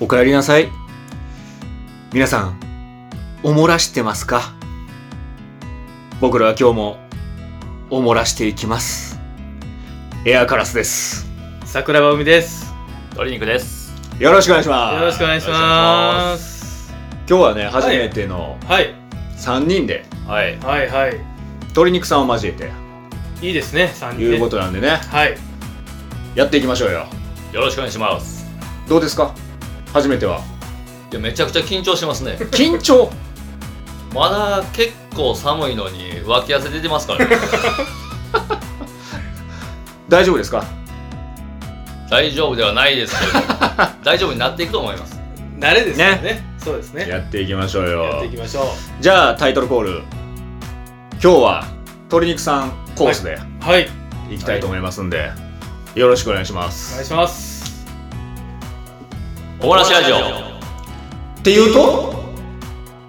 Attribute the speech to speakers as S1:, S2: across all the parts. S1: お帰りなさい。皆さん、おもらしてますか僕らは今日も、おもらしていきます。エアカラスです。
S2: 桜庭海です
S3: 鶏肉です。
S1: よろしくお願いします。
S2: よろしくお願いします
S1: 今日はね、初めての
S2: はい
S1: 3人で、
S3: はい。
S2: はいはい
S1: 鶏肉さんを交えて、
S2: いいですね3人ね
S1: いうことなんでね、
S2: はい
S1: やっていきましょうよ。
S3: よろしくお願いします。
S1: どうですか初めては。
S3: いや、めちゃくちゃ緊張してますね。
S1: 緊張
S3: まだ結構寒いのに脇汗出てます からね。
S1: 大丈夫ですか
S3: 大丈夫ではないですけど、大丈夫になっていくと思います。
S2: 慣れですからねそうですね
S1: やっていきましょう
S2: やっ
S1: よ
S2: てい。きましょう
S1: じゃあタイトルコール。今日は鶏肉さんコースで
S2: はい
S1: いきたいと思いますんで、よろしくお願いしま
S2: お願い
S1: す。
S2: します
S3: おもらしラジオ。
S1: っていうと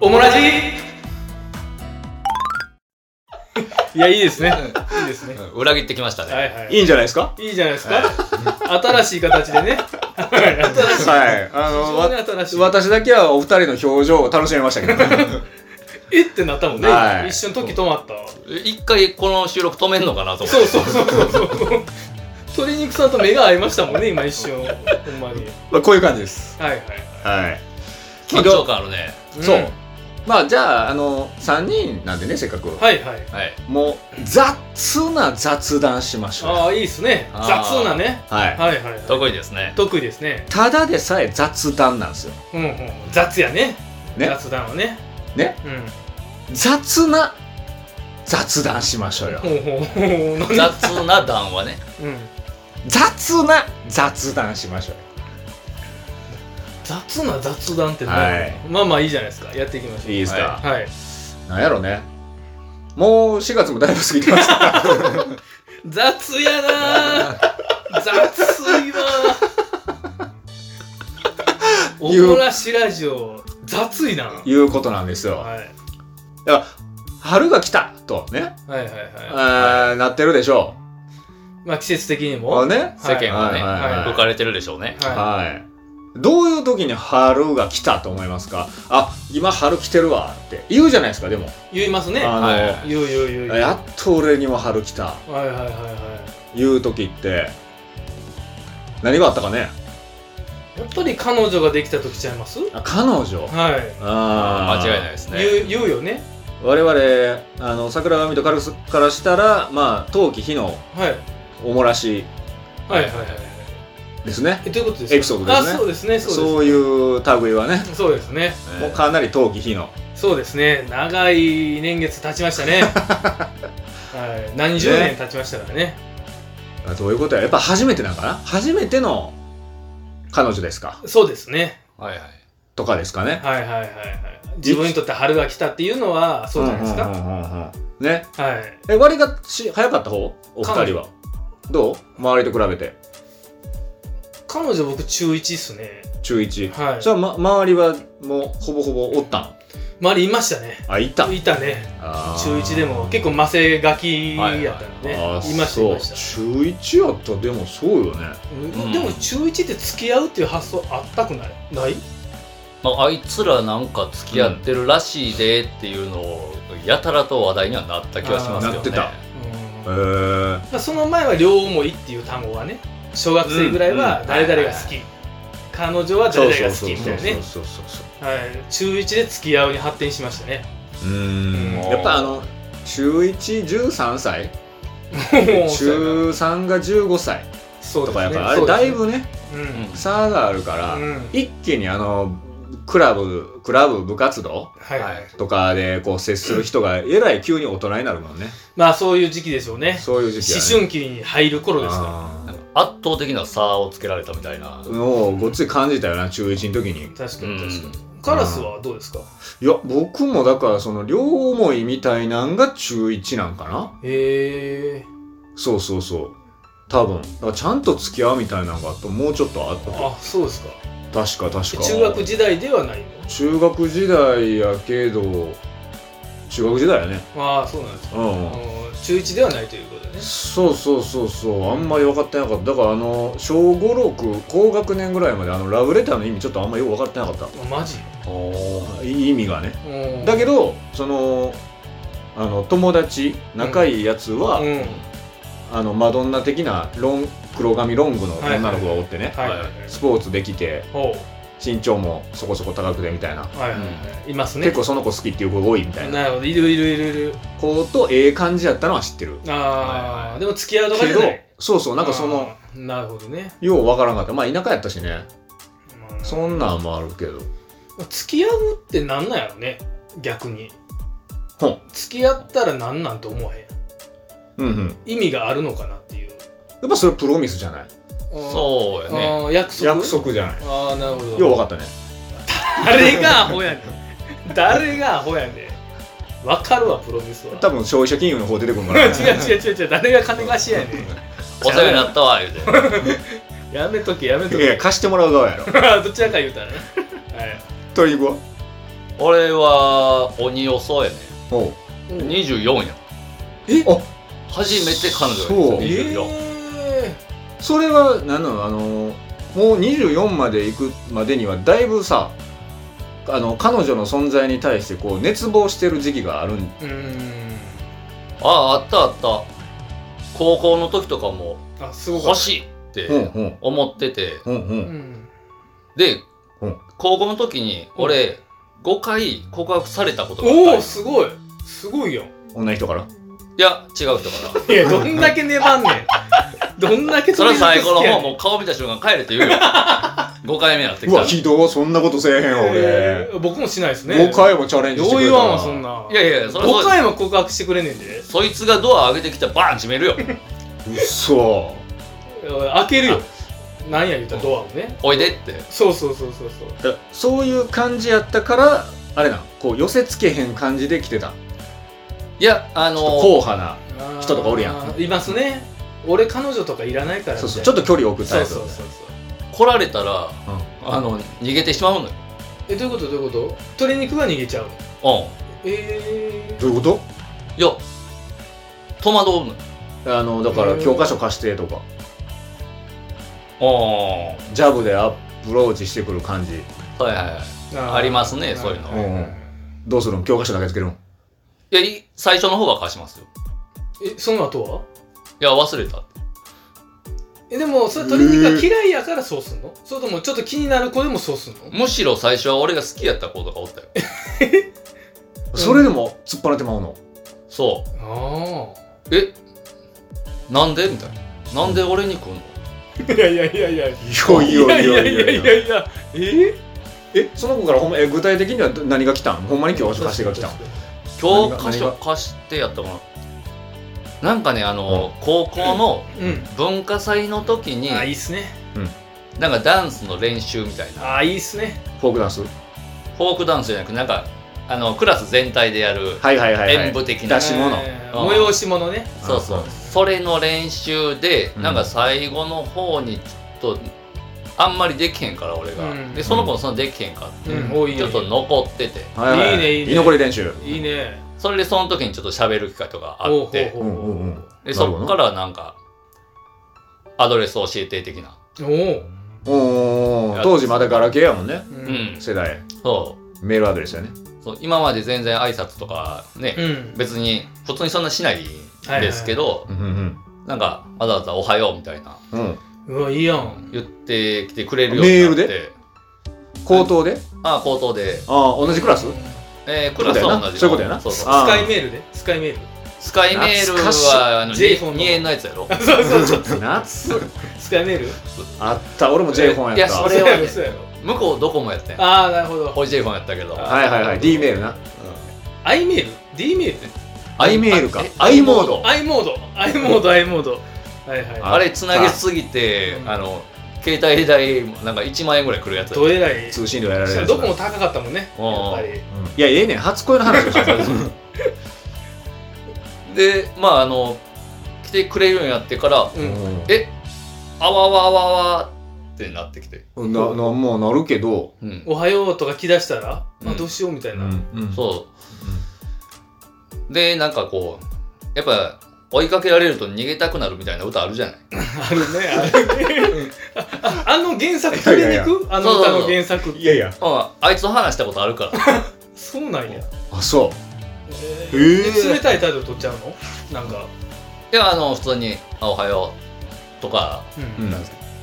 S2: おもらじ いやいいですねいいですね
S3: うん裏切ってきましたね。
S2: はいはい
S1: いいんじゃないですか
S2: いいじゃないですか新しい形で ね新しい
S1: はい。 あの
S2: 非常に
S1: わ、
S2: 新しい
S1: 私だけはお二人の表情を楽しめましたけど、
S2: えってなったもんね
S1: はい
S2: 一瞬時止まったわ
S3: え一回この収録止めんのかなと思って。
S2: そうそうそうそうそう。鶏肉さんと目が合いましたもんね、今一瞬。ほんまに。
S1: まあこういう感じです。
S2: はいはい。
S1: はい。
S3: 緊張感あるね。
S1: そう。
S2: ん
S1: まあじゃあ、あの、3人なんでね、せっかく。
S2: はいはい。
S3: はい。
S1: もう、雑な雑談しましょう。
S2: ああ、いいっすね。
S3: あ
S2: 雑
S3: ー
S2: なね。
S1: はい。
S2: はいはいはい。
S3: 得意ですね。
S2: 得意ですね。
S1: ただでさえ雑談なんですよ。
S2: うんうん。雑やね。
S1: ね
S2: 雑談はね。
S1: ね。雑な雑談しましょうよ
S2: うん。。ほうほうほう。なんだ。
S3: 雑な談はね。
S2: うん。
S1: 雑な雑談しましょう
S2: 雑な雑談って
S1: は
S2: 何
S1: い
S2: まあまあいいじゃないですか。やっていきましょう。
S1: いいですか、
S2: はい。
S1: なんやろねもう4月もだいぶ過ぎてますから
S2: 雑やなー雑いわー お
S1: 言う
S2: もらしラジオ雑いなはい
S1: いうことなんですよ
S2: はい
S1: だから春が来たとね、
S2: はいは
S1: あーなってるでしょ
S2: いまあ季節的に
S1: う、
S2: も
S1: ねはい
S3: 世間 はね、
S1: はいはい
S2: はい
S3: 浮かれてるでしょうね。
S2: は
S1: どういう時に春が来たと思いますかあ今春来てるわって言うじゃないですかでも、
S2: い言いますね
S1: あの、
S3: はい
S2: 言う言う言う言う
S1: やっと俺にも春来た
S2: はいはいはいはい
S1: いう時って何があったかね
S2: やっぱり彼女ができた時ちゃいます
S1: あ彼女
S2: はい
S1: あー
S3: 間違いないですね。
S2: 言う言うよね
S1: 我々あの桜川人からすからしたらまあ冬季日の
S2: はい
S1: おもらし
S2: はいはいはいはい
S1: ですね
S2: えどういうことですか
S1: エピソードですね
S2: あそうですね
S1: そう
S2: そうで
S1: いう類はね
S2: すそうですね
S3: えー
S1: もうかなり冬季日の
S2: そうですね長い年月経ち ましたね、はい、何十年経ちましたからね
S1: あどういうことややっぱ初めてなんかな初めての彼女ですか
S2: そうですね
S3: はいはい。
S1: とかですかね
S2: はいはいはいはい自分にとって春が来たっていうのはそうじゃないですか、
S1: うんうんうんうんうんね
S2: はい
S1: え割がし早かった方お二人はどう周りと比べて
S2: 彼女僕中1っすね
S1: 中1
S2: はい
S1: じゃあ、ま、周りはもうほぼほぼおったん
S2: 周りいましたね
S1: あいた
S2: いたね
S1: あー
S2: 中1でも結構マセガキやったんでね、
S1: あー
S2: いましたいました
S1: そう中1やったらでもそうよね
S2: うん
S3: うん
S2: でも中1って付き合うっていう発想あったくないない
S3: まあ、あいつらなんか付き合ってるらしいでっていうのをやたらと話題にはなった気がしますよね。
S1: なってた
S2: うん
S1: へー
S2: まあ、その前は両思いっていう単語はね小学生ぐらいは誰々が好き、彼女は誰々が好きみたいなね
S1: そうそうそう
S2: はい中1で付き合うに発展しましたね
S1: そううん
S2: うん
S1: やっぱあの中113歳中3が15歳
S2: そ
S1: と
S2: うです
S1: か
S2: ね
S1: やからあれだいぶね
S2: そうですね
S1: 差があるから、
S2: うん、うん
S1: 一気にあのクラブクラブ部活動
S2: はい、
S3: はい
S1: とかでこう接する人がえらい急に大人になるもんね
S2: まあそういう時期でしょうね
S1: そういう時期や、ね、
S2: 思春期に入る頃ですか
S1: あ
S3: 圧倒的な差をつけられたみたいな
S1: ー。もうごっつい感じたよな中1の時に
S2: ら確かに
S3: うん
S2: 確かに、カラスはどうですか
S1: いや僕もだからその両思いみたいなんが中1なんかな
S2: へえ
S1: そうそうそう多分だからちゃんと付き合うみたいなのがあともうちょっとあった
S2: あそうですか
S1: 確か確か
S2: 中学時代ではないの
S1: 中学時代やけど中学時代やね
S2: ああそうなんですか
S1: うん
S2: あの中1ではないということだね
S1: そうそうそうそうあんまり分かってなかっただからあの小56高学年ぐらいまであのラブレターの意味ちょっとあんまよく分かってなかっ
S2: あマジ
S1: たい意味がね
S2: うん
S1: だけどそのあの友達仲いいやつは、
S2: うん
S1: あのマドンナ的なロン黒髪ロングの女の子がおってね、
S2: はいはいはい
S1: スポーツできて
S2: ほ
S1: 身長もそこそこ高くてみたいな、
S2: うはいはいはいいますね
S1: 結構その子好きっていう子が多いみたいな
S2: なるほどいるいるいるいる
S1: 子とええ感じやったのは知ってる
S3: はい
S2: あ
S3: は
S2: あ
S3: い
S2: でも付き合うとか
S1: け
S2: じゃ
S1: ど
S2: ない
S1: そうそうなんかその
S2: あーなるほどね
S1: ようわからんかったまあ田舎やったしね
S2: うん
S1: そんなんもあるけど
S2: 付き合うってなんなんやろね逆に
S1: ほん
S2: 付き合ったらなんなんと思わへん
S1: うんうん
S2: 意味があるのかなっていう
S1: やっぱそれプロミスじゃない
S3: そうや
S2: う
S3: ね
S2: ね約束
S1: 約束じゃない
S2: ああなるほど
S1: よう分かったね
S2: 誰がアホやねん誰がアホやねんわかるわプロミスは
S1: 多分消費者金融の方出てくるから
S2: 違う違う違う違う誰が金貸しやね
S3: お世話になったわ言う て
S2: んやめとけやめと
S1: いやいや
S2: け
S1: 貸してもらう側や ろ
S2: どちらか言うたらねはい
S1: 鶏肉は
S3: 俺は鬼遅いね
S1: おう
S3: 24や
S1: えあ
S3: 初めて彼
S1: そう
S3: 女がいる
S2: え
S3: 24
S2: え
S1: それは何なのあのもう24まで行くまでにはだいぶさあの彼女の存在に対してこう熱望してる時期があるん
S2: うー
S3: ああったあった高校の時とかも
S2: んあすごか
S3: 欲
S2: った
S3: しいっ
S1: うん
S3: て
S1: うん
S3: 思ってて
S1: うんう
S2: うんん
S3: で
S1: うん
S3: 高校の時に俺5回告白されたことがあ
S2: お
S3: っ
S2: お
S3: た
S2: すごいすごいよ
S1: 女の人から
S3: いや違う人
S2: い
S3: か
S2: やどんだけ粘んねん どんだけ
S3: らそれは最後の方
S2: も
S3: もう顔見た瞬間帰れって言う よ5回目やって
S1: う
S3: きた
S1: わ
S3: らい
S1: ひどいそんなことせえへん
S2: え
S1: 俺
S2: ー僕もしないですね
S1: 5回もチャレンジ
S2: よ
S1: して
S2: う
S1: くれ
S2: 言
S1: た
S2: わん
S1: な
S2: わそんな
S3: やいやいやそれは
S2: 5
S3: そう
S2: 回も告白してくれねえんで
S3: そいつがドア上げてきたらバーン閉めるよ
S1: うっそ
S2: 開けるよなんや言うたらドアをね
S3: おいでって
S2: そうそうそうそうそう
S1: だそういう感じやったからあれなんこう寄せつけへん感じで来てた
S3: いやあ
S1: ちょっと
S3: の
S1: 硬派な
S2: あー
S1: 人とかおるやん
S2: いますね俺彼女とかいらないから
S1: そうそうちょっと距離を置
S2: 離
S1: くタ
S2: そう
S1: イプ
S2: そうそうそう
S3: 来られたら
S1: うん
S3: あの逃げてしまうのよ
S2: えどういうことどういうこと鶏肉が逃げちゃう
S3: う
S2: え
S1: どういうこ
S3: んいや戸惑うのよ
S1: とあのだから
S2: うん
S1: 教科書貸してとか
S3: あ
S1: ジャブでアプローチしてくる感じ
S3: あはいはいはい
S2: ーー
S3: ありますねそういうの
S2: ははは
S1: どうするん教科書だけつけるん
S3: いやい最初の方は貸しますよ
S2: えその後はい
S3: や忘れたって
S2: えでもそれ鶏肉が嫌いやからそうすんのそれともちょっと気になる子でもそうすんの
S3: むしろ最初は俺が好きやった子とかおったよ
S2: ん
S1: それでも突っ張らてまうの
S3: そ
S2: あ
S3: うえなんでみたいななんで俺に来んの
S2: あいやいやいやい
S1: いやい
S2: やい
S1: やいやいやいや
S2: いやえ
S1: えその子からほんまえ具体的にはど何が来たんほんまに教科書貸してが来たん何
S3: 教
S1: が
S3: 科
S1: 何
S3: 書
S1: が
S3: 貸してやったかななんかねあの、高校の
S2: うん
S3: 文化祭の時に、
S2: あーいいっすね
S3: なんかダンスの練習みたいな
S2: あーいいっすね
S1: フォークダンス
S3: フォークダンスじゃなくなんかあのクラス全体でやる
S1: はいはいはいは
S3: 演
S1: い
S3: 舞的な、
S1: 出し物
S2: えー
S3: うん
S2: 催し物ね
S3: そうそ
S1: あ
S3: うそれの練習で、
S1: うん
S3: なんか最後の方にちょっとあんまりできへんから俺が、
S2: うん
S3: でその子もそのできへんかって、
S2: うん多い
S3: ちょっと残ってて
S1: はいはい
S2: いいねいいね
S1: 居残り練習
S2: いいね
S3: それでその時にちょっと喋る機会とかあって
S2: ほ
S1: うんうんうん
S3: で
S1: なるほど
S3: そっからなんかアドレス教えて的な
S2: おお
S1: おー当時まだガラケーやもんね
S2: う
S3: うん、
S2: ん
S1: 世代
S3: そ
S1: メールアドレスやね
S3: うそう今まで全然挨拶とかね、
S2: うん
S3: 別に普通にそんなしないですけど、
S1: うんうん
S3: なんかわざわざ「おはよう」みたいな
S1: うんうん
S2: うわいいやん
S3: 言ってきてくれるようになって
S1: メール口頭で
S3: ああ口頭で
S1: ああ同じクラス
S3: えー、クラスは同じ
S1: そういうことやな
S3: そうそう
S1: あー
S2: スカイメールでスカイメール
S3: スカイメール
S1: 懐かしい
S3: はあの
S2: J フォンの
S3: 2, 円のやつやろ
S2: そうそうそう
S1: 夏
S2: スカイメール
S1: あった俺も J 本
S3: い
S1: やっ
S3: や
S1: た
S3: それはね
S2: そうやろ
S3: 向こうドコモやってん
S2: ああなるほど
S3: 俺 J フォンやったけど
S2: あ
S1: はいはいはい D メールな
S2: i メール D メールね
S1: I メールか I モード
S2: i モード i モード i モードはいはい
S3: あれつなげすぎて
S2: うん
S3: あの携帯代なんか1万円ぐらいくるやつや
S2: どえらい
S1: 通信料やられるやつ
S2: どこも高かったもんね
S3: うん
S2: やっぱり
S1: うんいやええねん初恋の話をしてた
S3: でまああの来てくれるようになってから
S2: うん
S3: えあわわわわってなってきて
S1: うんななもうなるけど
S3: うん
S2: おはようとか来だしたら
S3: うん
S2: あどうしようみたいな
S1: うん
S3: そうでなんかこうやっぱ追いかけられると逃げたくなるみたいな歌あるじゃない
S2: あるねあるねああの原作取りに行くあの歌の原作って
S1: いやいや。
S3: うんあいつと話したことあるから
S2: そうなんや
S1: あ、そ
S2: え
S1: う。へえ。
S2: 冷たい態度取っちゃうのなんか、
S3: いやあの普通に「あおはよう」とか
S1: うん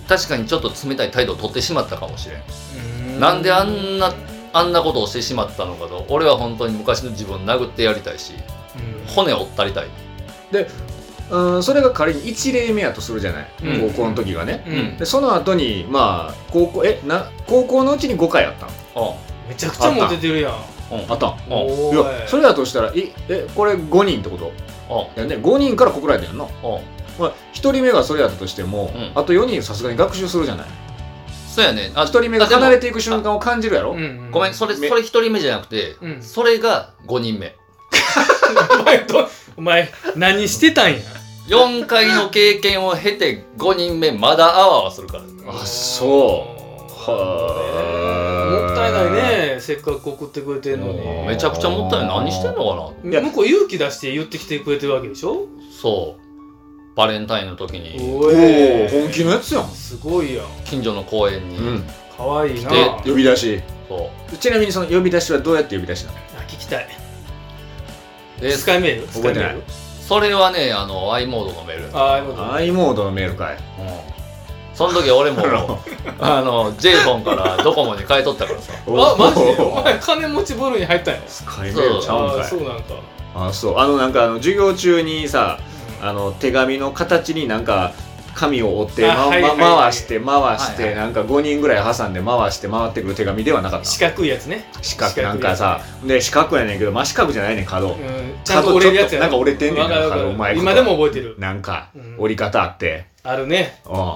S3: 確かにちょっと冷たい態度を取ってしまったかもしれん
S2: う
S3: なんであんなあんなことをしてしまったのかと俺は本当に昔の自分を殴ってやりたいし骨を折ったりたい
S1: うん、それが仮に1例目やとするじゃない、
S2: うん
S1: 高校の時がね、
S2: うん、
S3: うん
S1: でその後にまあ高校えな高校のうちに5回あったん
S3: う
S2: めちゃくちゃモテてるやん
S3: んうん
S1: あったん
S3: うん
S1: い
S2: おー
S1: やそれだとしたらいえこれ5人ってこと
S3: う
S1: やね5人から告られたんやんな、
S3: んうん
S1: まあ、1人目がそれやったとしても、
S3: うん
S1: あと4人さすがに学習するじゃない
S3: そうやね
S1: 1
S3: あ
S1: 人目が
S3: あでも
S1: 離れていく瞬間を感じるやろ、
S2: うんう
S3: ごめんそれそ
S1: め
S3: れ一人目じゃなくて、
S2: うん
S3: それが5人目
S2: お前どお前何してたんや
S3: 4回の経験を経て5人目まだあわあわするから
S1: あそうはあ
S2: もったいないねせっかく送ってくれてんの
S1: う
S2: に
S1: ん
S3: めちゃくちゃもったいない何してんのか
S1: いや
S2: 向こう勇気出して言ってきてくれてるわけでしょ
S3: なそうバレンタインの時に
S1: お
S2: お
S1: お本気のやつやん、
S2: すごいやん
S3: 近所の公園に、
S1: うん、
S2: かわいいな
S3: 来て
S2: あ
S1: 呼び出し
S3: そ
S1: ちなみにその呼び出しはどうやって呼び出しなの
S2: 聞きたいう
S3: で
S2: スカイメールス
S1: 覚
S2: カ
S1: え
S2: イ
S1: て
S2: メ
S1: ない
S2: ール
S3: それはねあの i モードのメール、
S2: ああいうこと
S1: アイモードのメールかい
S3: うん、その時俺もあの j フォンからドコモに変えとったか らさ
S2: あマジで
S1: お
S2: お
S1: ー
S2: 前金持ちボールに入ったんや
S1: スカイメールちゃうん
S2: あ
S1: か
S2: あ
S1: い
S2: そうなんか
S1: あそうあのなんかあの授業中にさ
S2: うん
S1: あの手紙の形になんか紙を折って、
S2: あ
S1: ま
S2: はいはい
S1: ま
S2: はい
S1: 回して回して、
S3: はいはい
S1: なんか5人ぐらい挟んで回して回ってくる手紙ではなかった
S2: 四角いやつね
S1: 四角なんかさで四角やねんけど真四角じゃないねん角
S2: うんちゃんと折れるやつや
S1: 角ちょっとなんか折れてんねんな
S2: わかるわかる
S1: 角うまいこと
S2: 今でも覚えてる
S1: なんか
S2: うん
S1: 折り方あって
S2: あるね
S1: うん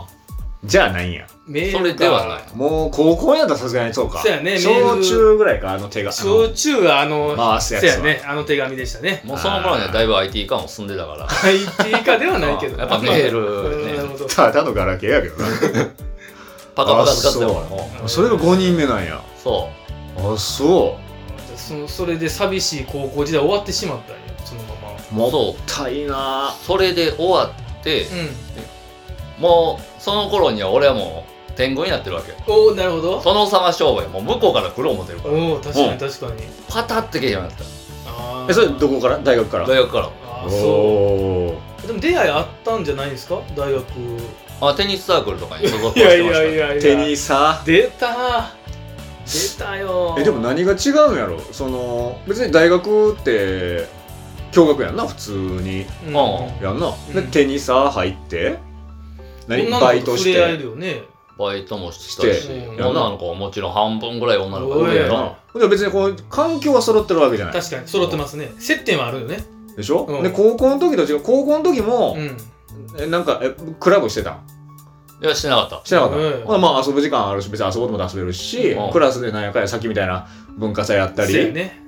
S1: じゃあないんや
S2: メールか
S3: それではない
S1: もう高校やったらさすがにそうか
S2: そうやねメー
S1: 小
S2: ル
S1: 中ぐらいかあの手があの
S2: 焼酎はあの
S1: 回すやつ
S2: そう
S1: は
S2: やねあの手紙でしたね
S3: もうその頃にはだいぶ IT 感を進んでたから
S2: IT 化ではないけど
S3: やっぱメールね
S2: なるほど
S1: ただのガラケーやけど
S3: パカパカ使ってたから
S1: あ
S3: も
S1: なそれが5人目なんや
S3: うそ
S1: あそう
S2: そのそれで寂しい高校時代終わってしまったんやそのまま
S1: も
S3: そ
S1: ったいな
S3: うそれで終わって
S2: う、ん
S3: もうその頃には俺はもう天狗になってるわけ
S2: おおなるほど
S3: 殿様商売もう向こうから苦労も出るから
S2: おお確かに確かに
S3: パタってけえへんようになっ
S2: あー
S1: えそれどこから大学か
S3: た
S1: ら
S3: 大学から
S2: あ
S1: お
S2: ーそ
S1: お
S2: うでも出会いあったんじゃないですか大学
S3: あテニスサークルとかに所属をし
S2: い
S3: て
S2: や
S3: ました
S2: いやいやいや
S1: 手にさ
S2: 出た出たよ
S1: えでも何が違うんやろその別に大学って共学やんな普通に
S2: うん
S3: あ
S1: やんな、
S2: う
S1: で
S2: ん
S1: 手にさ入って何
S2: 女の子と
S1: バイトし
S2: 触れ合え
S1: て
S2: るよね
S3: バイトもしたし
S1: して
S3: 女の子はもちろん半分ぐらい女の子
S2: 触
S3: だ
S2: れ合え
S3: よ
S2: る
S3: な
S2: な
S1: で別にこう環境は揃ってるわけじゃない
S2: 確かに揃ってますね接点はあるよね
S1: でしょ、
S2: うん
S1: で高校の時と違う高校の時も、
S2: うん
S1: えなんかえクラブしてたん
S3: いやしてなかった
S1: してなかった、
S2: うん
S1: まあまあ遊ぶ時間あるし別に遊ぼうとも遊べるし、
S3: うん
S1: クラスで何やかんやさっきみたいな文化祭やった
S2: そうや
S1: り、
S2: ね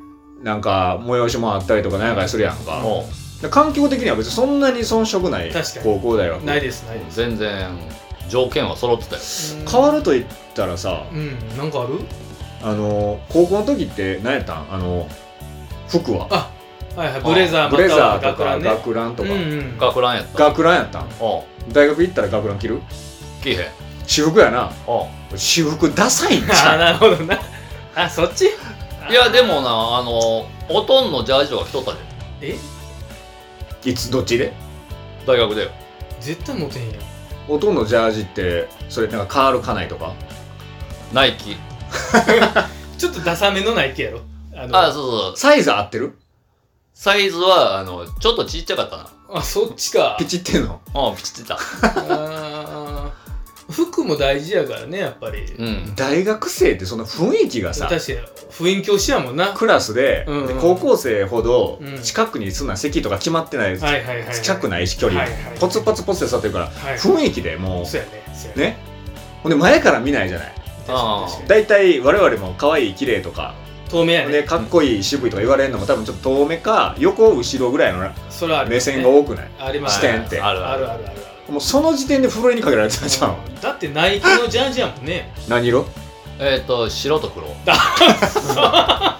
S1: なんか催しもあったりとか何やかんやするやんか、
S3: も
S1: で環境的には別にそんなに遜色ない
S2: 確かに
S1: 高校大学
S2: ないですないで
S3: う全然条件は揃ってたよ
S2: す
S1: 変わると言ったらさ
S2: うんなんかある
S1: あの高校の時って何やったんあの服は
S2: あはいはいブレザー
S1: ブレザ
S2: ま
S1: ー
S2: た
S1: と
S2: は学
S1: か
S2: ランね
S1: 学ランとか、
S2: うんうん
S3: 学ランやった
S1: 学ランやったん
S3: う
S1: 大学行ったら学ラン着る
S3: ん来えへん
S1: 私服やな
S3: う
S1: 私服ダサいんじ
S2: あ
S1: ゃ
S2: あ
S1: ん
S2: なるほどなあそっち
S3: んいやでもなあのほとんどジャージとか着とったで
S2: え
S1: いつどっちで
S3: 大学でよ
S2: 絶対モテへんやん
S1: ほとんどジャージってそれなんかカールカナイとか
S3: ナイキ
S2: ちょっとダサめのナイキやろあの
S3: あそうそう
S1: サイズ合ってる
S3: サイズはあのちょっとちっちゃかった
S2: あそっち か
S1: ピチってんの
S3: なうんピチってた
S2: あー服も大事やからねやっぱり
S3: うん
S1: 大学生ってその雰囲気がさ
S2: 確かに雰囲気をしやもんなは
S1: クラスで,で、
S2: うんうん
S1: 高校生ほど
S2: うん
S1: 近くにそんな席とか決まってない、
S2: いはいはいはい
S1: 近くないし距離、
S2: はいはい
S1: ポツポツポツで座ってるから、
S2: はい
S1: 雰囲気でも
S2: そうやねそうや
S1: うねほんで前から見ないじゃない
S2: 確かに確かに
S1: だいたい我々も可愛い綺麗とか、
S2: 透明や
S1: で
S2: ね
S1: かっこいい渋いとか言われるのも多分ちょっと遠目か横後ろぐらいの
S2: それはある
S1: 目線が多くない
S2: あります
S1: 視点って
S3: ある
S2: あ
S3: ある
S2: るあるある
S1: もうその時点でふるいにかけられてたじゃん
S2: うんだってナイキのジャージやもんね
S1: 何色
S3: えっ、と白と黒
S2: ダッサ
S3: か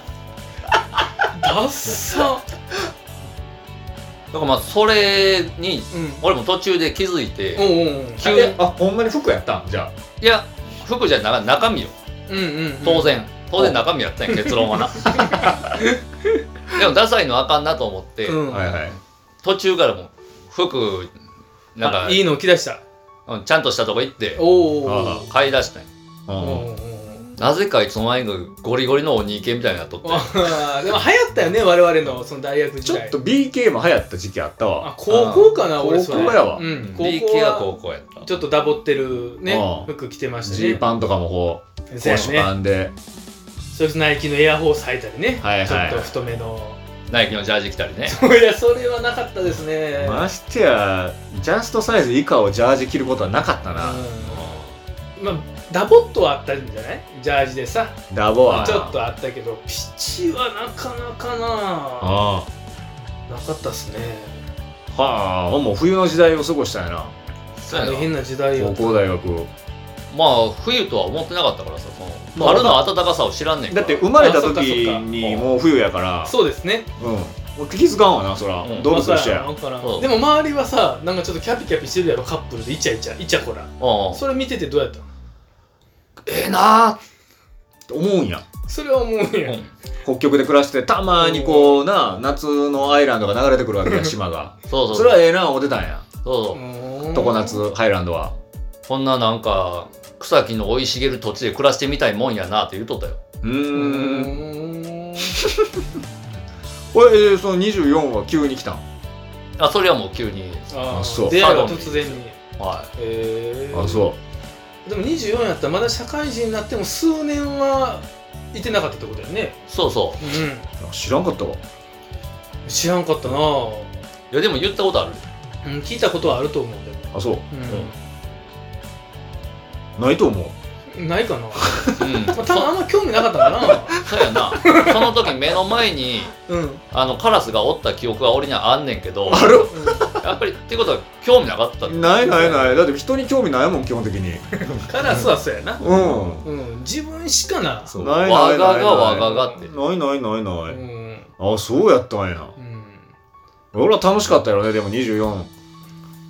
S3: らまあそれに
S2: うん
S3: 俺も途中で気づいて、
S2: うんうんうん
S3: 急に
S1: えあほんまに服やったんじゃ
S3: いや服じゃなか中身よ
S2: うんうん
S3: 当然、当然中身やっ たんや結論はなでもダサいのはあかんなと思って、
S2: うん
S1: あはいはい
S3: 途中からもう服なんか
S2: あいいのを着出した
S3: うんちゃんとしたとこ行って
S2: お
S1: あ
S2: お
S3: 買い出したんよ
S2: お
S1: うん
S2: お
S3: なぜかいつの間にかゴリゴリのお兄系みたいになっとって
S2: あーでも流行ったよね我々のその大学時
S1: ちょ
S2: 代
S1: っと BK も流行った時期あったわ
S2: あ高校かな
S1: あー
S2: 俺それ
S1: 高校やわ
S2: うん高校
S3: BK は高
S2: は
S3: 校やった
S2: ちょっとダボってるね
S1: うん
S2: 服着てました
S1: ジー
S2: ね
S1: パンとかもこう
S2: そうや
S1: 腰パ
S2: ね
S1: ンで
S2: それこそナイキのエアホース履いたりね
S1: はいはいはい
S2: ちょっと太めの
S3: ナイキのジャージ着たりね
S2: いやそれはなかったですね
S1: ましてやジャストサイズ以下をジャージ着ることはなかったな
S2: うんまあダボっとはあったんじゃないジャージでさ
S1: ダボは
S2: ちょっとあったけどピッチはなかなかな
S1: あ
S2: なかったっすね
S1: あはあもう冬の時代を過ごしたんやな
S3: そうや
S2: 大
S3: な
S2: 変な時代よ
S1: 高校大学を
S3: まあ冬とは思ってなかったからさその
S1: まあ
S3: 春の暖かさを知らんねんか
S1: だっ
S3: ら
S1: て生まれた時
S2: あそっかそっ
S1: に
S2: か
S1: もう冬やから
S2: そうですね
S1: うんもう気づかんわなそら、
S3: うん
S1: 動物としてや
S2: わからんわから
S3: そ
S2: ん
S3: う
S2: でも周りはさなんかちょっとキャピキャピしてるやろカップルでイチャイチャイチャこら
S3: うん
S2: それ見ててどうやったの
S1: ええなあって思うんや
S2: それは思う
S3: う
S2: やん
S3: ん
S1: 北極で暮らしてたまにこうな夏のアイランドが流れてくるわけや島が
S3: そうそう
S1: それはええな思ってたんや
S3: そうそう
S1: 常夏ハイランドは
S3: こんななんか草木の生い茂る土地で暮らしてみたいもんやなって言うとったよ
S1: う
S2: う
S1: ーん
S2: ーん
S1: これえーその24は急に来たん
S3: あそれはもう急に
S2: あ
S1: あそ
S2: ー
S1: う
S2: 出会いが突然に
S3: は
S2: えー
S1: あそう
S2: でも24やったらまだ社会人になっても数年はいてなかったってことだよね
S3: いそうそう
S2: う
S1: あ知らんかったわ
S2: ん知らんかったなぁ、
S3: いやでも言ったことある
S2: うん、聞いたことはあると思うでも、
S1: あそう
S2: う、
S1: ないと思うん
S2: ないかな、
S3: うん
S2: まあ、多分あんま興味なかったんだ
S3: そそうやなその時目の前に
S2: なうん、うん
S3: あのカラスがおった記憶が俺にはあんねんけど
S1: ある
S3: やっぱりっていうことは興味なかった
S1: ないないないだって人に興味ないもん基本的に
S2: カラスはそうやな、
S1: うん
S2: うん、自分しかな
S1: そううないな
S3: わ
S1: いな
S3: が
S1: い
S3: がわががって
S1: ないないないない、
S2: ん、
S1: あそうやったんや
S2: うん、
S1: 俺は楽しかったよねでも24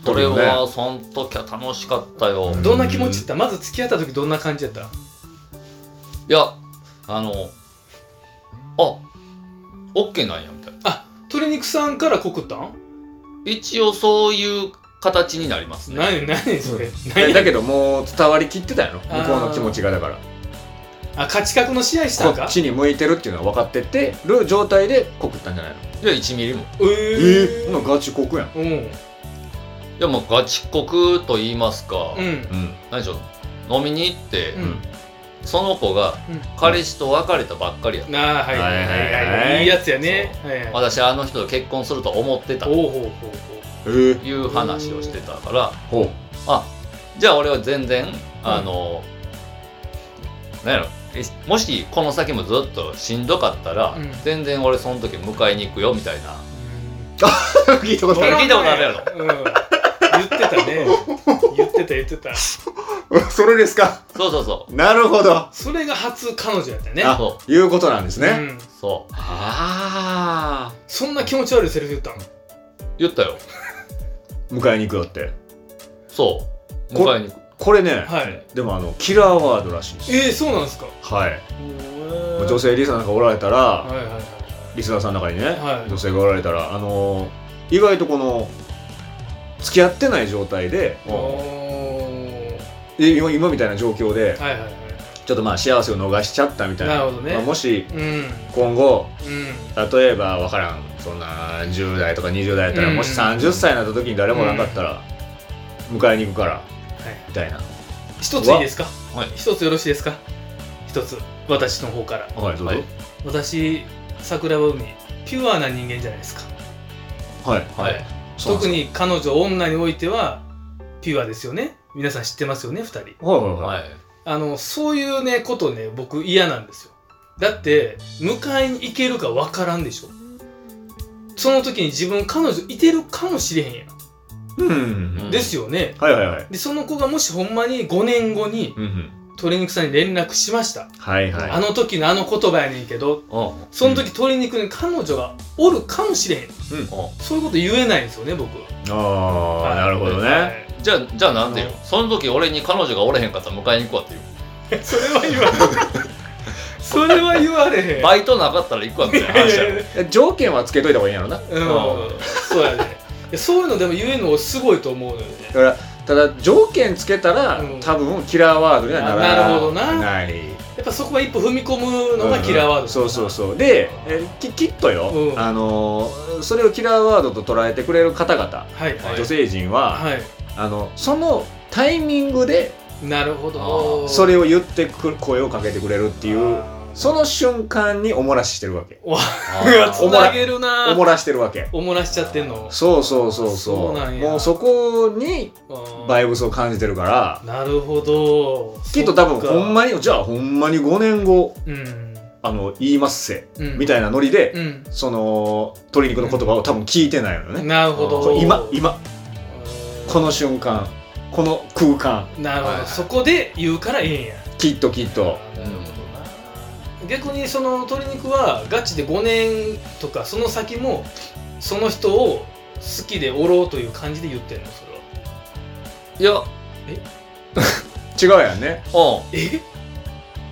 S3: それ
S1: ね
S3: はその時は楽しかったよ
S1: うん
S2: どんな気持ちだったまず付き合った時どんな感じやった
S3: いやあのあオッケーなんやみたいな
S2: 鶏肉さんから告ったん
S3: 一応そういう形になりますね
S2: 何何それ、
S1: え
S2: 何
S1: だけどもう伝わりきってたやろ向
S2: あー
S1: こうの気持ちがだから
S2: あ勝ち確の試合したん
S1: こ
S2: か
S1: っちに向いてるっていうのは分かっててる状態で告ったんじゃないの
S3: いや1ミリも
S2: え
S1: え
S2: ー、
S1: ほなガチ告やん
S2: うん
S3: いやもうガチ国と言いますか、
S2: うん
S1: うん
S3: 何でしょう飲みに行って、
S2: うん
S3: その子が
S2: うん
S3: 彼氏と別れたばっかりや、
S2: ああはいはいはいはい、、
S1: はいい
S2: いやつやねはいはい
S3: 私あの人と結婚すると思ってた
S2: お
S3: と
S2: おほうほうほ
S1: えー、
S3: いう話をしてたから
S1: ほう
S3: あじゃあ俺は全然あの、なんやろえもしこの先もずっとしんどかったら、
S2: うん
S3: 全然俺その時迎えに行くよみたいな
S2: う
S1: 聞いたこ
S3: それ聞いたことあるやろ
S2: うん言ってたね 言ってた言ってた
S1: と それですか
S3: そうそうそ
S1: なるほど
S2: それが初彼女やったよね
S1: あ
S3: そ
S1: いうことなんですね、
S2: うん
S3: うそう
S1: ああ
S2: そんな気持ち悪いセリフ言ったの
S3: 言ったよ
S1: 迎えに行くよって
S3: そう
S1: こ
S3: 迎えに行く
S1: これね、
S2: はい
S1: でもあのキラーワードらしいです
S2: えー、そうなんですか
S1: はい
S2: 女
S1: 女性リスナーなんかおられたら、
S2: はいはいはい
S1: リスナーさんの中にね、
S2: はい
S1: 女性がおられたらあのー意外とこの付き合ってない状態で
S2: おー
S1: で今今みたいな状況で
S2: はいはいはい
S1: ちょっとまあ幸せを逃しちゃったみたいな
S2: なるほどね
S1: まあもし
S2: うんうん
S1: 今後例えば分からんそんな10代とか20代やったら、
S2: うん
S1: もし30歳になった時に誰もなかったら、迎えに行くから
S2: はい
S1: みたいな
S2: 一ついいですか
S3: はい
S2: 一つよろしいですか一つ私の方から
S1: はいどうぞ
S3: はい
S2: 私桜庭海ピュアな人間じゃないですか
S1: はい、
S3: はい、
S1: そうなん
S2: 特
S1: です
S2: に彼女女においてはピュアですよね皆さん知ってますよね2人
S1: はいはいはい
S3: はい
S2: あのそういうねことね僕嫌なんですよだって迎えに行けるか分からんでしょその時に自分彼女いてるかもしれへんやん、
S1: うん
S3: うん
S2: ですよね
S1: はいはいはい
S2: でその子がもしほんまに5年後に
S1: うん
S2: 鶏肉さんに連絡しました、
S1: はいはい。
S2: あの時のあの言葉やねんけど
S3: うん
S2: その時鶏肉に彼女がおるかもしれへん
S3: う
S2: そういうこと言えないんですよね僕
S1: ああ、なるほど
S2: は
S1: ね。
S2: い
S3: んじゃあじゃあなんで
S2: う
S3: よ
S2: ん
S3: その時俺に彼女がおれへんかったら迎えに行くわって言
S2: それは言われへんそれは言われへん
S3: うバイトなかったら行くわみたいな話やろ
S1: 条件はつけといた方がいいんやろな。
S2: うんそうやねいやそういうのでも言えるの俺すごいと思うのよね
S1: だから、ただ条件つけたら、
S2: うん
S1: 多分キラーワードにはならない。
S2: なるほどな
S1: ない。
S2: やっぱそこは一歩踏み込むのがキラーワード、
S1: うんそうそうそう。で、えききっとよ、
S2: うん
S1: あのーそれをキラーワードと捉えてくれる方々、
S2: はいはい
S1: 女性陣は、
S2: は
S1: あのそのタイミングで
S2: いなるほど
S1: そ
S2: っ
S1: れを言ってくる声をかけてくれるっていうその瞬間におもらししてるわけ
S2: わ
S3: あ
S2: うわ
S3: ー
S2: つなげるな
S1: おもらしてるわけ
S2: おもらしちゃってんの
S1: そうそうそう
S2: そ
S1: そうう
S2: なんや
S1: もうそこにバイブスを感じてるから
S2: なるほど
S1: きっと多分
S2: そっか
S1: ほんまにじゃあほんまに5年後
S2: うん、
S1: あの言いますせ
S2: うん、
S1: みたいなノリで、
S2: うん
S1: その鶏肉の言葉を多分聞いてないのね、
S2: なるほ
S3: うん
S1: こ
S2: ど
S1: う今今
S2: うん
S1: この瞬間この空間
S2: なるほ
S3: は
S2: ど
S3: い
S2: そこで言うからいいんや
S1: きっときっと
S2: なるほどな逆にその鶏肉はガチで5年とかその先もその人を好きでおろうという感じで言ってんのそれはい
S3: や
S1: 違うやんね
S3: うん
S2: え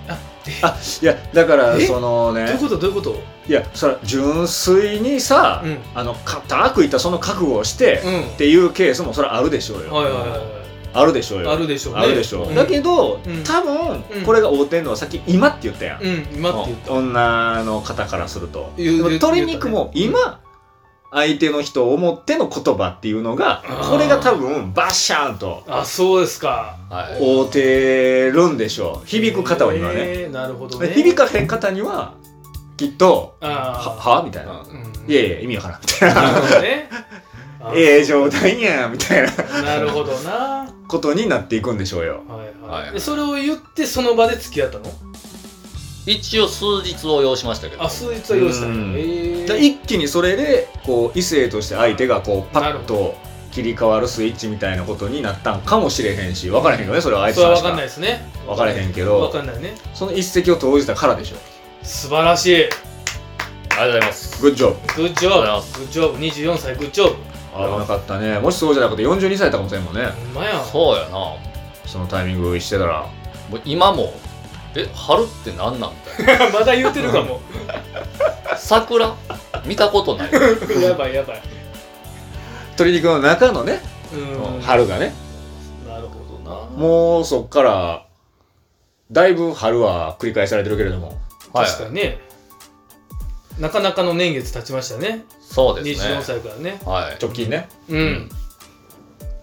S2: あ
S1: あいやだから
S2: え
S1: その
S2: えどうい
S1: ね
S2: うことどういうこと
S1: いやそれ純粋にさ、
S2: うん
S1: あの固くいったその覚悟をして、
S2: うん
S1: っていうケースもそれあるでしょうよ、
S2: はいはいはい
S1: あるでしょうよ
S2: あるでしょうね
S1: あるでしょう、
S2: うん
S1: だけど、
S2: うん
S1: 多分
S2: うん
S1: これが合うてんのはさっき「今」って言ったやん、
S2: うん今って言った
S1: 女の方からすると
S2: 言う
S1: でも
S2: 言う
S1: 鶏肉も
S2: 言う
S1: 今、相手の人を思っての言葉っていうのが
S2: あー
S1: これが多分バシャーンと
S2: あそうですか
S3: はい
S1: 合うてるんでしょう響く方は今ね、
S2: えーなるほど
S1: で
S2: ね
S1: 響かへん方にはきっと「は
S2: あ
S1: は?」みたいな
S3: う
S1: 「
S3: ん
S2: うん
S1: いやいや意味わからん」みたいな
S2: なるほどね
S1: 「
S2: あ
S1: ええ状態やん」みたいな
S2: なるほどなは
S1: ことになっていくんでしょうよ
S2: いはい、
S3: はい
S2: でそれを言ってその場で付き合ったの
S3: 一応数日を要しましたけど
S2: あ数日は用意した
S1: うん
S2: のええ
S1: で一気にそれでこう異性として相手がこうパ
S2: なる
S1: ッ
S2: ほ
S1: と切り替わるスイッチみたいなことになったんかもしれへんし分からへんよねそれは相手
S2: それは
S1: さん
S2: 分
S1: し
S2: かん
S1: か
S2: ないですね
S1: 分からへんけ
S2: 分
S1: ど
S2: かんないね
S1: その一石を投じたからでしょ
S2: 素晴らしい
S3: ありがとうございます
S1: グッジョブ
S2: グッジョ
S3: ありがとうございま
S2: ブグッジョブ24歳グッジョブ
S1: 危なかったねもしそうじゃなくて42歳だったかもしれんもんね
S2: ほんまやん
S3: そうやな
S1: そのタイミングしてたら
S3: もう今もえ春って何なんみたい
S2: まだ言ってるかも
S3: な桜見たことない
S2: やばいやばい
S1: 鶏肉の中のね
S2: うん
S1: 春がね
S2: なるほどな
S1: もうそっからだいぶ春は繰り返されてるけれども
S3: はい
S2: 確かにねなかなかの年月経ちましたね
S3: そうですね
S2: 24歳からね
S3: はい
S1: 直近ね
S2: うん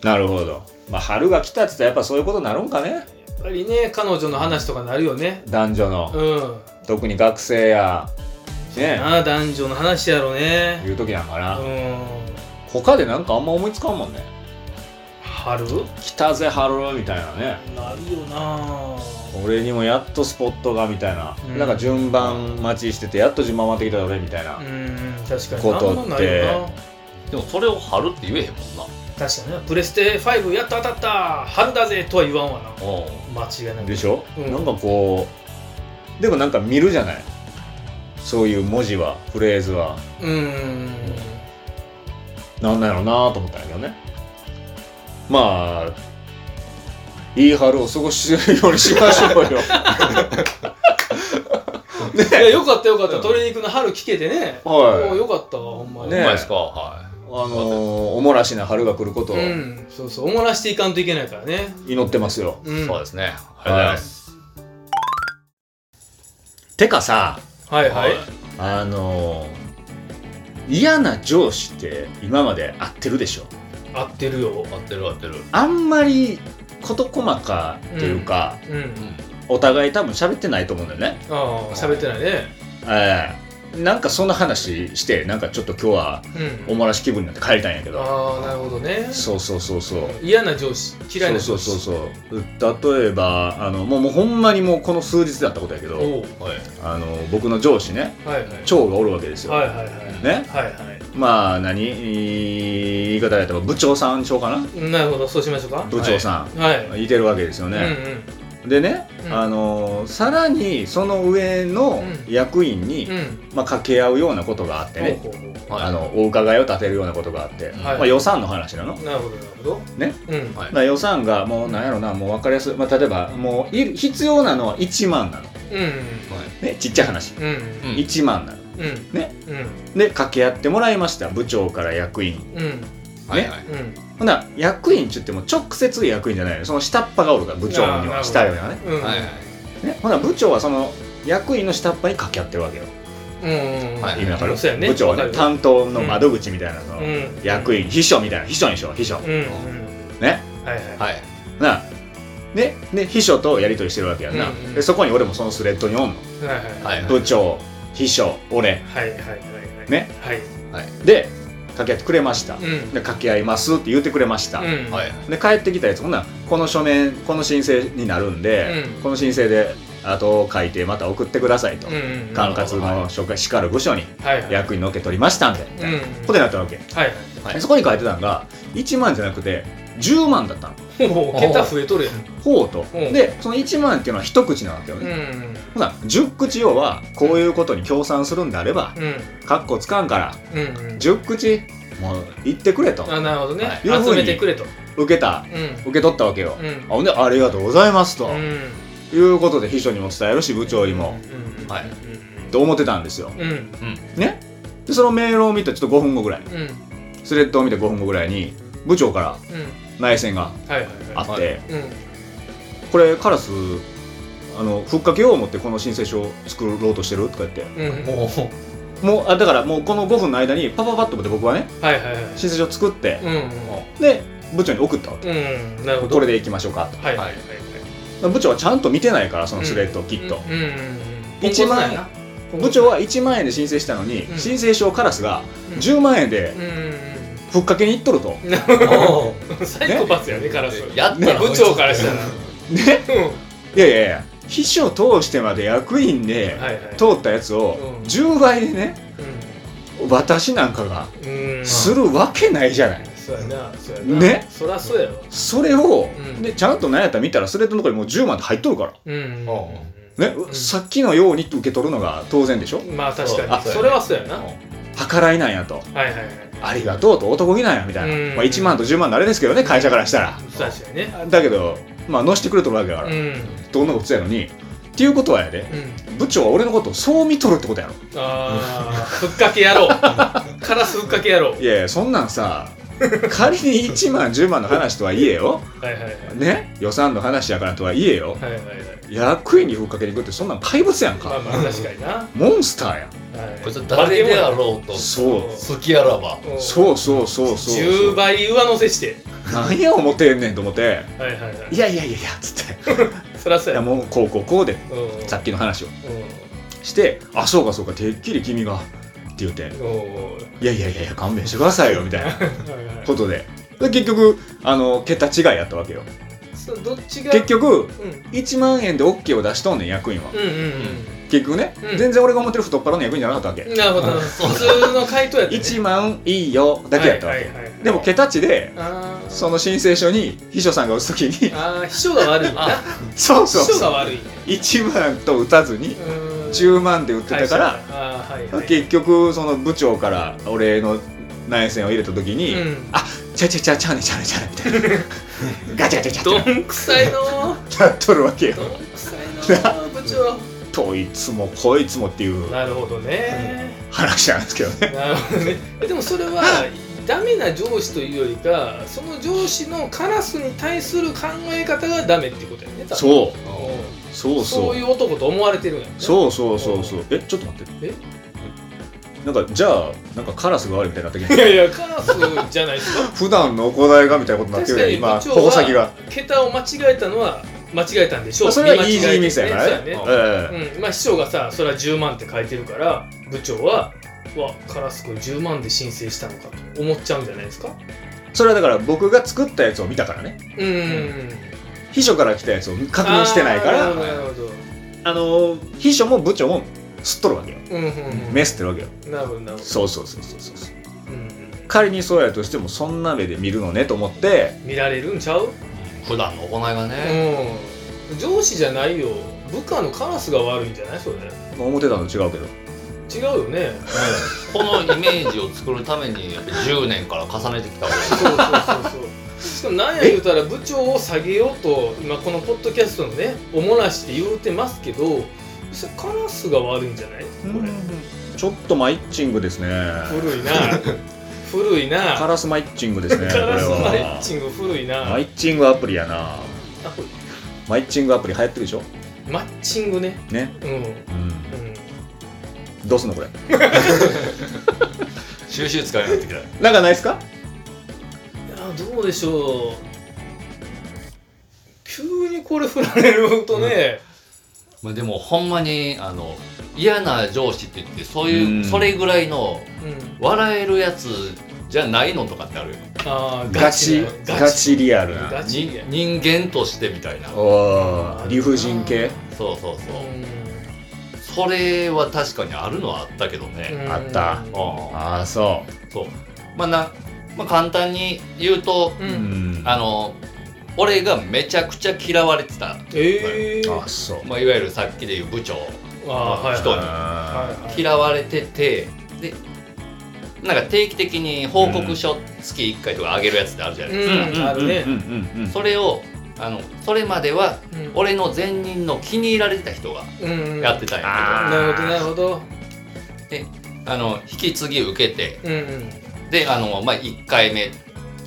S1: なるほどまあ春が来たって言ったらやっぱそういうことになるんかね
S2: やっぱりね彼女の話とかなるよね
S1: 男女の
S2: うん
S1: 特に学生やね
S2: ああ男女の話やろね
S1: いう時なんか
S2: う
S1: な、
S2: ん
S1: 他でなんかあんま思いつかんもんね
S2: 春
S1: 来たぜ春みたいなね
S2: なるよな
S1: 俺にもやっとスポットがみたいな、
S2: うん
S1: なんか順番待ちしててやっと順番待ってきた俺みたいな、
S2: うん確かに
S1: ことって
S2: なんもないよな
S3: でもそれを春って言えへんもんな
S2: 確かになプレステ5やった当たった春だぜとは言わんわな
S3: うん
S2: 間違いない
S1: でしょ、
S2: うん
S1: なんかこうでもなんか見るじゃないそういう文字はフレーズは
S2: うーん
S1: なんなんやろうなと思ったんやけどねまあいい春を過ごしてるようにしましょ うよね
S2: いやよかったよかった
S1: うん
S2: 鶏肉の春聞けてね
S1: はい
S2: もうよかったわほんまに
S1: ね
S3: うまいっすかは
S1: あのーおもらしな春が来ることを
S2: うんそうそうおもらしていかんといけないからね
S1: 祈ってますよ。
S2: う
S3: い
S2: ん
S3: そうですねありがとうございます
S1: てかさ、
S2: はいはい
S1: あのー嫌な上司って今まで合ってるでしょ。
S2: 合ってるよ
S3: 合ってる合ってる
S1: あんまり事細かっていうか、
S2: うん
S3: うん
S1: お互い多分喋ってないと思うんだよね。
S2: ああ喋ってないね
S1: ええなんかそんな話して、なんかちょっと今日は
S2: う
S1: お
S2: ん
S1: もらし気分になって帰りたいんやけど。
S2: ああなるほどね
S1: そうそうそうそう。
S2: 嫌な上司嫌いな
S1: そ
S2: 上
S1: う
S2: 司
S1: そうそうそう。例えば、あの、もうもうほんまにもうこの数日だったことやけ
S2: お
S1: ど、
S2: う
S3: はい
S1: あの、僕の上司ね、
S2: はいはい
S1: 長がおるわけですよ。
S2: はいはいはい
S1: ね
S2: はいはい
S1: まあ何えー言い方やったら部長さん長かな
S2: なるほどそうしましょうか
S1: 部長さん、
S2: はい
S1: い、てるわけですよ
S2: う
S1: ね、
S2: ん
S1: でね、
S2: うん
S1: あのーさらにその上の役員に、
S2: うん
S1: まあ、掛け合うようなことがあってね、
S2: ほうほうほ
S3: はい
S1: あのお伺いを立てるようなことがあって、
S3: はい
S1: まあ、予算の話なの。
S2: うなるほどなるほど
S1: ね
S2: うん
S3: はい
S1: まあ予算がもうなんやろなもう分かりやすい、まあ、例えばもうい必要なのは1万なの、
S2: うん
S1: ね、ちっちゃい話、
S2: うん
S3: うん
S1: 1万なの
S2: うんうん
S1: ね
S2: うん
S1: で掛け合ってもらいました部長から役員
S2: うん
S3: はいはい
S2: うん
S1: ほんなら役員っちゅっても直接役員じゃないのよその下っ端がおるから部長には下よりはね
S2: うん
S3: はいはい
S1: ねほんなら部長はその役員の下っ端に掛け合ってるわけよ
S2: うんうん
S3: はい
S1: 意味わかる
S2: そうやね
S1: 部長はね
S2: わかる
S1: 担当の窓口みたいなその、
S2: うん
S1: 役員秘書みたいな秘書にしよう秘書、
S2: うんうん
S1: ね
S2: はいはい
S3: はい
S1: なあねで秘書とやり取りしてるわけやんな、
S2: うんうん
S1: でそこに俺もそのスレッドにおんの、
S2: はいはい
S3: はい
S1: 部長秘書俺
S2: はいはいはいはい
S1: ね
S2: はい
S1: で掛け合ってくれました、
S2: う
S1: で
S2: ん
S1: 掛け合いますって言ってくれました、
S2: うん
S3: はい
S1: で帰ってきたやつほんならこの書面この申請になるんで、
S2: うん
S1: この申請であと書いてまた送ってくださいと、
S2: うんうん
S1: 管轄の紹介しかる部署に
S2: はいはい
S1: 役員の受け取りましたんで、
S2: うん
S1: ことになったわけ、
S2: はいはい
S3: はい
S1: でそこに書いてたのが1万じゃなくて10万だったの
S2: ほう桁増えとるやん
S1: ほうと、
S2: うん
S1: でその1万っていうのは一口なわけよ
S2: う
S1: ね、
S2: ん
S1: ほな10口要はこういうことに協賛するんであれば
S2: うん
S1: カッコつかんから
S2: うんうん
S1: 10口もう言ってくれと
S2: あなるほどね、
S3: はい
S1: いうふうに
S2: 集めてくれと
S1: 受けた
S2: うん
S1: 受け取ったわけよ、
S2: うん
S1: あほんでありがとうございますと、
S2: うん
S1: いうことで秘書にも伝えるし部長にも、
S2: うん
S3: はい
S1: と思ってたんですよ
S2: うんうん
S1: ねでそのメールを見てちょっと5分後ぐらい
S2: うん
S1: スレッドを見て5分後ぐらいに部長から
S2: うん
S1: 内戦が
S2: はいはい
S1: あ
S2: は
S1: って、
S3: は
S2: いう
S1: これカラスあのふっかけよう思ってこの申請書を作ろうとしてるとか言って
S2: んうん
S3: もう
S1: もうあだからもうこの5分の間にパパパッと思って僕はね
S2: はいはいはい
S1: 申請書を作って
S2: うん
S1: で部長に送ったわけ
S2: うんうんなるほど
S1: これでいきましょうか
S2: はいはいはい
S1: と部長はちゃんと見てないからそのスレッドをきっと、
S2: うんうんうん
S1: 一番
S2: ポンコツなんやな
S1: 部長は1万円で申請したのに、
S2: うん
S1: 申請書をカラスが
S2: うん
S1: 10万円で
S2: うんうん
S1: ふっかけにいっとると、
S3: もう
S2: うんサイコパスやねカラス
S3: やった
S2: ね
S3: ら
S2: 部長からしたら
S1: ね
S2: う
S1: いやいやいや秘書通してまで役員で
S2: んはいはい
S1: 通ったやつを
S2: うん
S1: 10倍でね私なんかが
S2: うんうん
S1: するわけないじゃない
S2: そうやなそうやな
S1: ね
S2: そらそうやろ
S1: それを、
S2: うん
S1: でちゃんと何やったら見たらスレッドのとこにもう10万って入っとるか
S2: うんうんうん
S1: らね、
S2: うん
S1: さっきのようにって受け取るのが当然でしょ
S2: まあ確か
S1: あ
S2: にそれはそうやなはい
S1: 計らいなんやと
S2: はいはい
S1: ありがとうと男気なんやみたいな、
S2: うん
S1: まあ、1万と10万のあれですけどね会社からしたら
S2: 確かにね
S1: だけどまあ乗してくれとるわけだか
S2: う
S1: ら、
S2: ん
S1: どんなことやのにっていうことはやで
S2: うん
S1: 部長は俺のことをそう見とるってことやろ
S2: あーふっかけ野郎カラスふっかけ野郎
S1: いやいやそんなんさ 仮に1万10万の話とはいえよ
S2: はいはいはい
S1: ね予算の話やからとはいえよ
S2: はいはいはい
S1: 役員にふっかけに行くってそんなん怪物やん
S2: まあ
S1: か
S2: まあ確かにな、は
S1: モンスターやん
S2: い、
S3: こいつ誰であろうと
S1: そう
S3: 好きやらば
S2: うん
S1: そうそうそうそう
S2: 10倍上乗せして
S1: 何や思ってんねんと思って
S2: はいはいはい
S1: いやいやいやいやつ って
S2: そらそ
S1: いうや
S2: や
S1: もうこうこうこうで
S2: うん
S1: さっきの話を
S2: う
S1: してあそうかそうかてっきり君がって言うて
S2: んおー
S1: いやいやいやいや勘弁してくださいよみたいな
S2: はいはい
S1: ことでで結局あの桁違いやったわけよ
S2: そどっちが
S1: 結局
S2: うんうん
S1: 1万円で OK を出しとんねん役員は
S2: うん
S1: 結局ね、
S2: うん
S1: 全然俺が思ってる太っ腹の役員じゃなかったわけ、
S2: うんなるほど普通の回答やった、ね、
S1: 1万いいよだけやったわけ、
S2: はいはいはいはい
S1: でも桁値で
S2: あー
S1: その申請書に秘書さんが打つ時に
S2: あー秘書が悪いな
S3: あ
S1: そうそう
S2: 秘書
S1: そ
S2: が
S1: う
S2: 悪いね
S1: 1万と打たずに
S2: うん
S1: 10万で売ってたか
S2: 会
S1: ら、
S2: 社あーはいはい
S1: 結局その部長から俺の内線を入れた時に、
S2: うん
S1: あちゃちゃちゃちゃねちゃねちゃねみたい なガチャガチャガチャ
S2: ど
S1: って
S2: んくさいのー
S1: なっとるわけよ
S2: どんくさいのー部長
S1: どいつもこいつもっていう
S2: なるほどね、
S1: 話なんですけど ね
S2: なるほどねでもそれはダメな上司というよりかその上司のカラスに対する考え方がダメっていうことやね多分
S1: そう
S2: う
S1: そうん
S2: そういう男と思われてるんやね
S1: そうそうそうそうえちょっと待って
S2: え
S1: なんかじゃあなんかカラスが悪いみたいになってき
S2: い
S1: て
S2: やいやカラスじゃないですか
S1: 普段の行いがみたいなことになって
S2: 確
S1: る
S2: か
S1: やん
S2: に部
S1: 今
S2: 長
S1: 矛先が
S2: は桁を間違えたのは間違えたんでしょ
S1: ま
S2: う、
S1: あそれは
S2: 見
S1: イージ
S2: 間違え
S1: ーミス
S2: て
S1: やからね
S2: そうやね
S1: え
S2: うんまあ、市長がさそれは10万って書いてるから部長はうわカラス君10万で申請したのかと思っちゃうんじゃないですか
S1: えそれはだから僕が作ったやつを見たからね
S2: うーん
S1: 秘書から来たやつを確認してないから
S2: あーなるほど
S1: あのー秘書も部長も吸っとるわけよ
S2: なるほどうんうんうん
S1: メスってるわけよ
S2: なるほどなるほど
S1: そうそうそうそうそうそう
S2: うん
S1: 仮にそうやとしてもそんな目で見るのねと思って
S2: 見られるんちゃう
S3: 普段の行いが
S2: う
S3: ね
S2: ん上司じゃないよ部下のカラスが悪いんじゃないそれ
S1: まあ思ってたのと違うけど
S2: 違うよね
S3: このイメージを作るためにやっぱ10年から重ねてきたわ
S2: そうそうそうそう しかもなんや言うたら部長を下げようと今このポッドキャストのねおもらして言うてますけどそれカラスが悪いんじゃないこれ
S1: ちょっとマイッチングですね
S2: 古いな古いな
S1: カラスマイッチングです ねこ
S2: カ
S1: れ
S2: ラスマイ
S1: は
S2: ッチング古いな
S1: マイッチングアプリやな
S2: あこ
S1: マイッチングアプリ流行ってるでしょ
S2: れマッチングね
S1: ね
S2: うんうん
S1: うんどうすんのこれ
S3: け収集使いになってきた
S1: なんかないですか
S2: いやどうでしょう急にこれ振られるとね、
S3: まあでもほんまにあの嫌な上司って言ってそういう、
S1: うん
S3: それぐらいの
S2: うん
S3: 笑えるやつじゃないのとかってあるよ
S2: あー
S1: ガチ
S2: ガチ
S1: ガチリアルな
S2: ガチ
S3: 人人間としてみたいなそう
S1: おー理不尽系
S3: そうそうう、
S2: ん
S3: それは確かにあるのはあったけどね、
S1: あった
S2: うん
S3: あ
S1: ああそ
S3: そうまあな、まあ、簡単に言うと、
S2: う
S1: ううんん
S3: あの俺がめちゃくちゃ嫌われてた、
S2: ええ
S1: あそう
S3: まあ、いわゆるさっきで言う部長
S2: あーはい
S3: 人に
S1: あ
S2: はい
S3: 嫌われててでなんか定期的に報告書月1回とかあげるやつってあるじゃないですか、
S2: うんあるね
S1: うんうんうん
S3: それをあのそれまでは
S2: うん
S3: 俺の前任の気に入られてた人が
S2: うん
S3: やってたんや
S1: あ
S2: なるほどなるほど
S3: けど、あの引き継ぎ受けて
S2: うん
S3: であの、まあ、1回目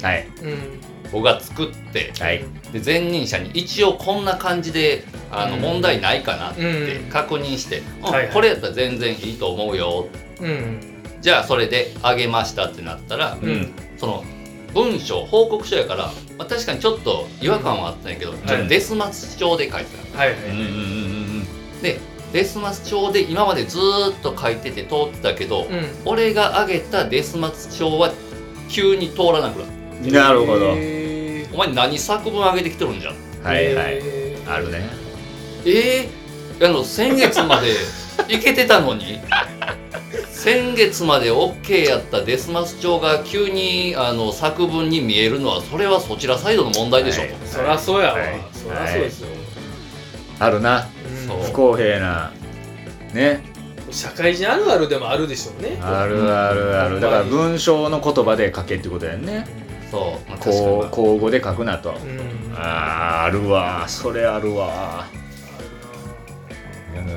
S1: はい
S2: うんうん
S3: 僕が作って
S1: はい
S3: で前任者に一応こんな感じであの
S2: うん
S3: 問題ないかなって
S2: うん
S3: 確認して、うん
S2: はいはい
S3: これやったら全然いいと思うよ
S2: うん
S3: じゃあそれであげましたってなったら
S1: う
S2: うんん
S3: その文章報告書やから、まあ、確かにちょっと違和感はあったんやけど、ちょっとデスマス調で書いてた
S2: はいはい
S1: うんうんうん
S3: でデスマス調で今までずーっと書いてて通ってたけど、
S2: うん
S3: 俺が挙げたデスマス調は急に通らなくなった
S1: うんなるほど
S2: え
S3: お前何作文上げてきてるんじゃん
S2: ー
S1: はいはい
S2: えー
S1: あるね
S3: えー、あの先月までいけてたのに先月まで OK やったデスマス調が急にあの作文に見えるのはそれはそちらサイドの問題でしょ、
S1: はい
S2: そらそうやわ
S1: はい
S2: そらそうですよ
S1: あるな
S2: うん
S3: そう
S1: 不公平なね
S2: 社会人あるあるでもあるでしょうね
S1: あるあるあるだから文章の言葉で書けってことやんね
S3: そう、まあ、確かに
S1: こう口語で書くなと
S2: うんうん
S1: あーあるわそれあるわ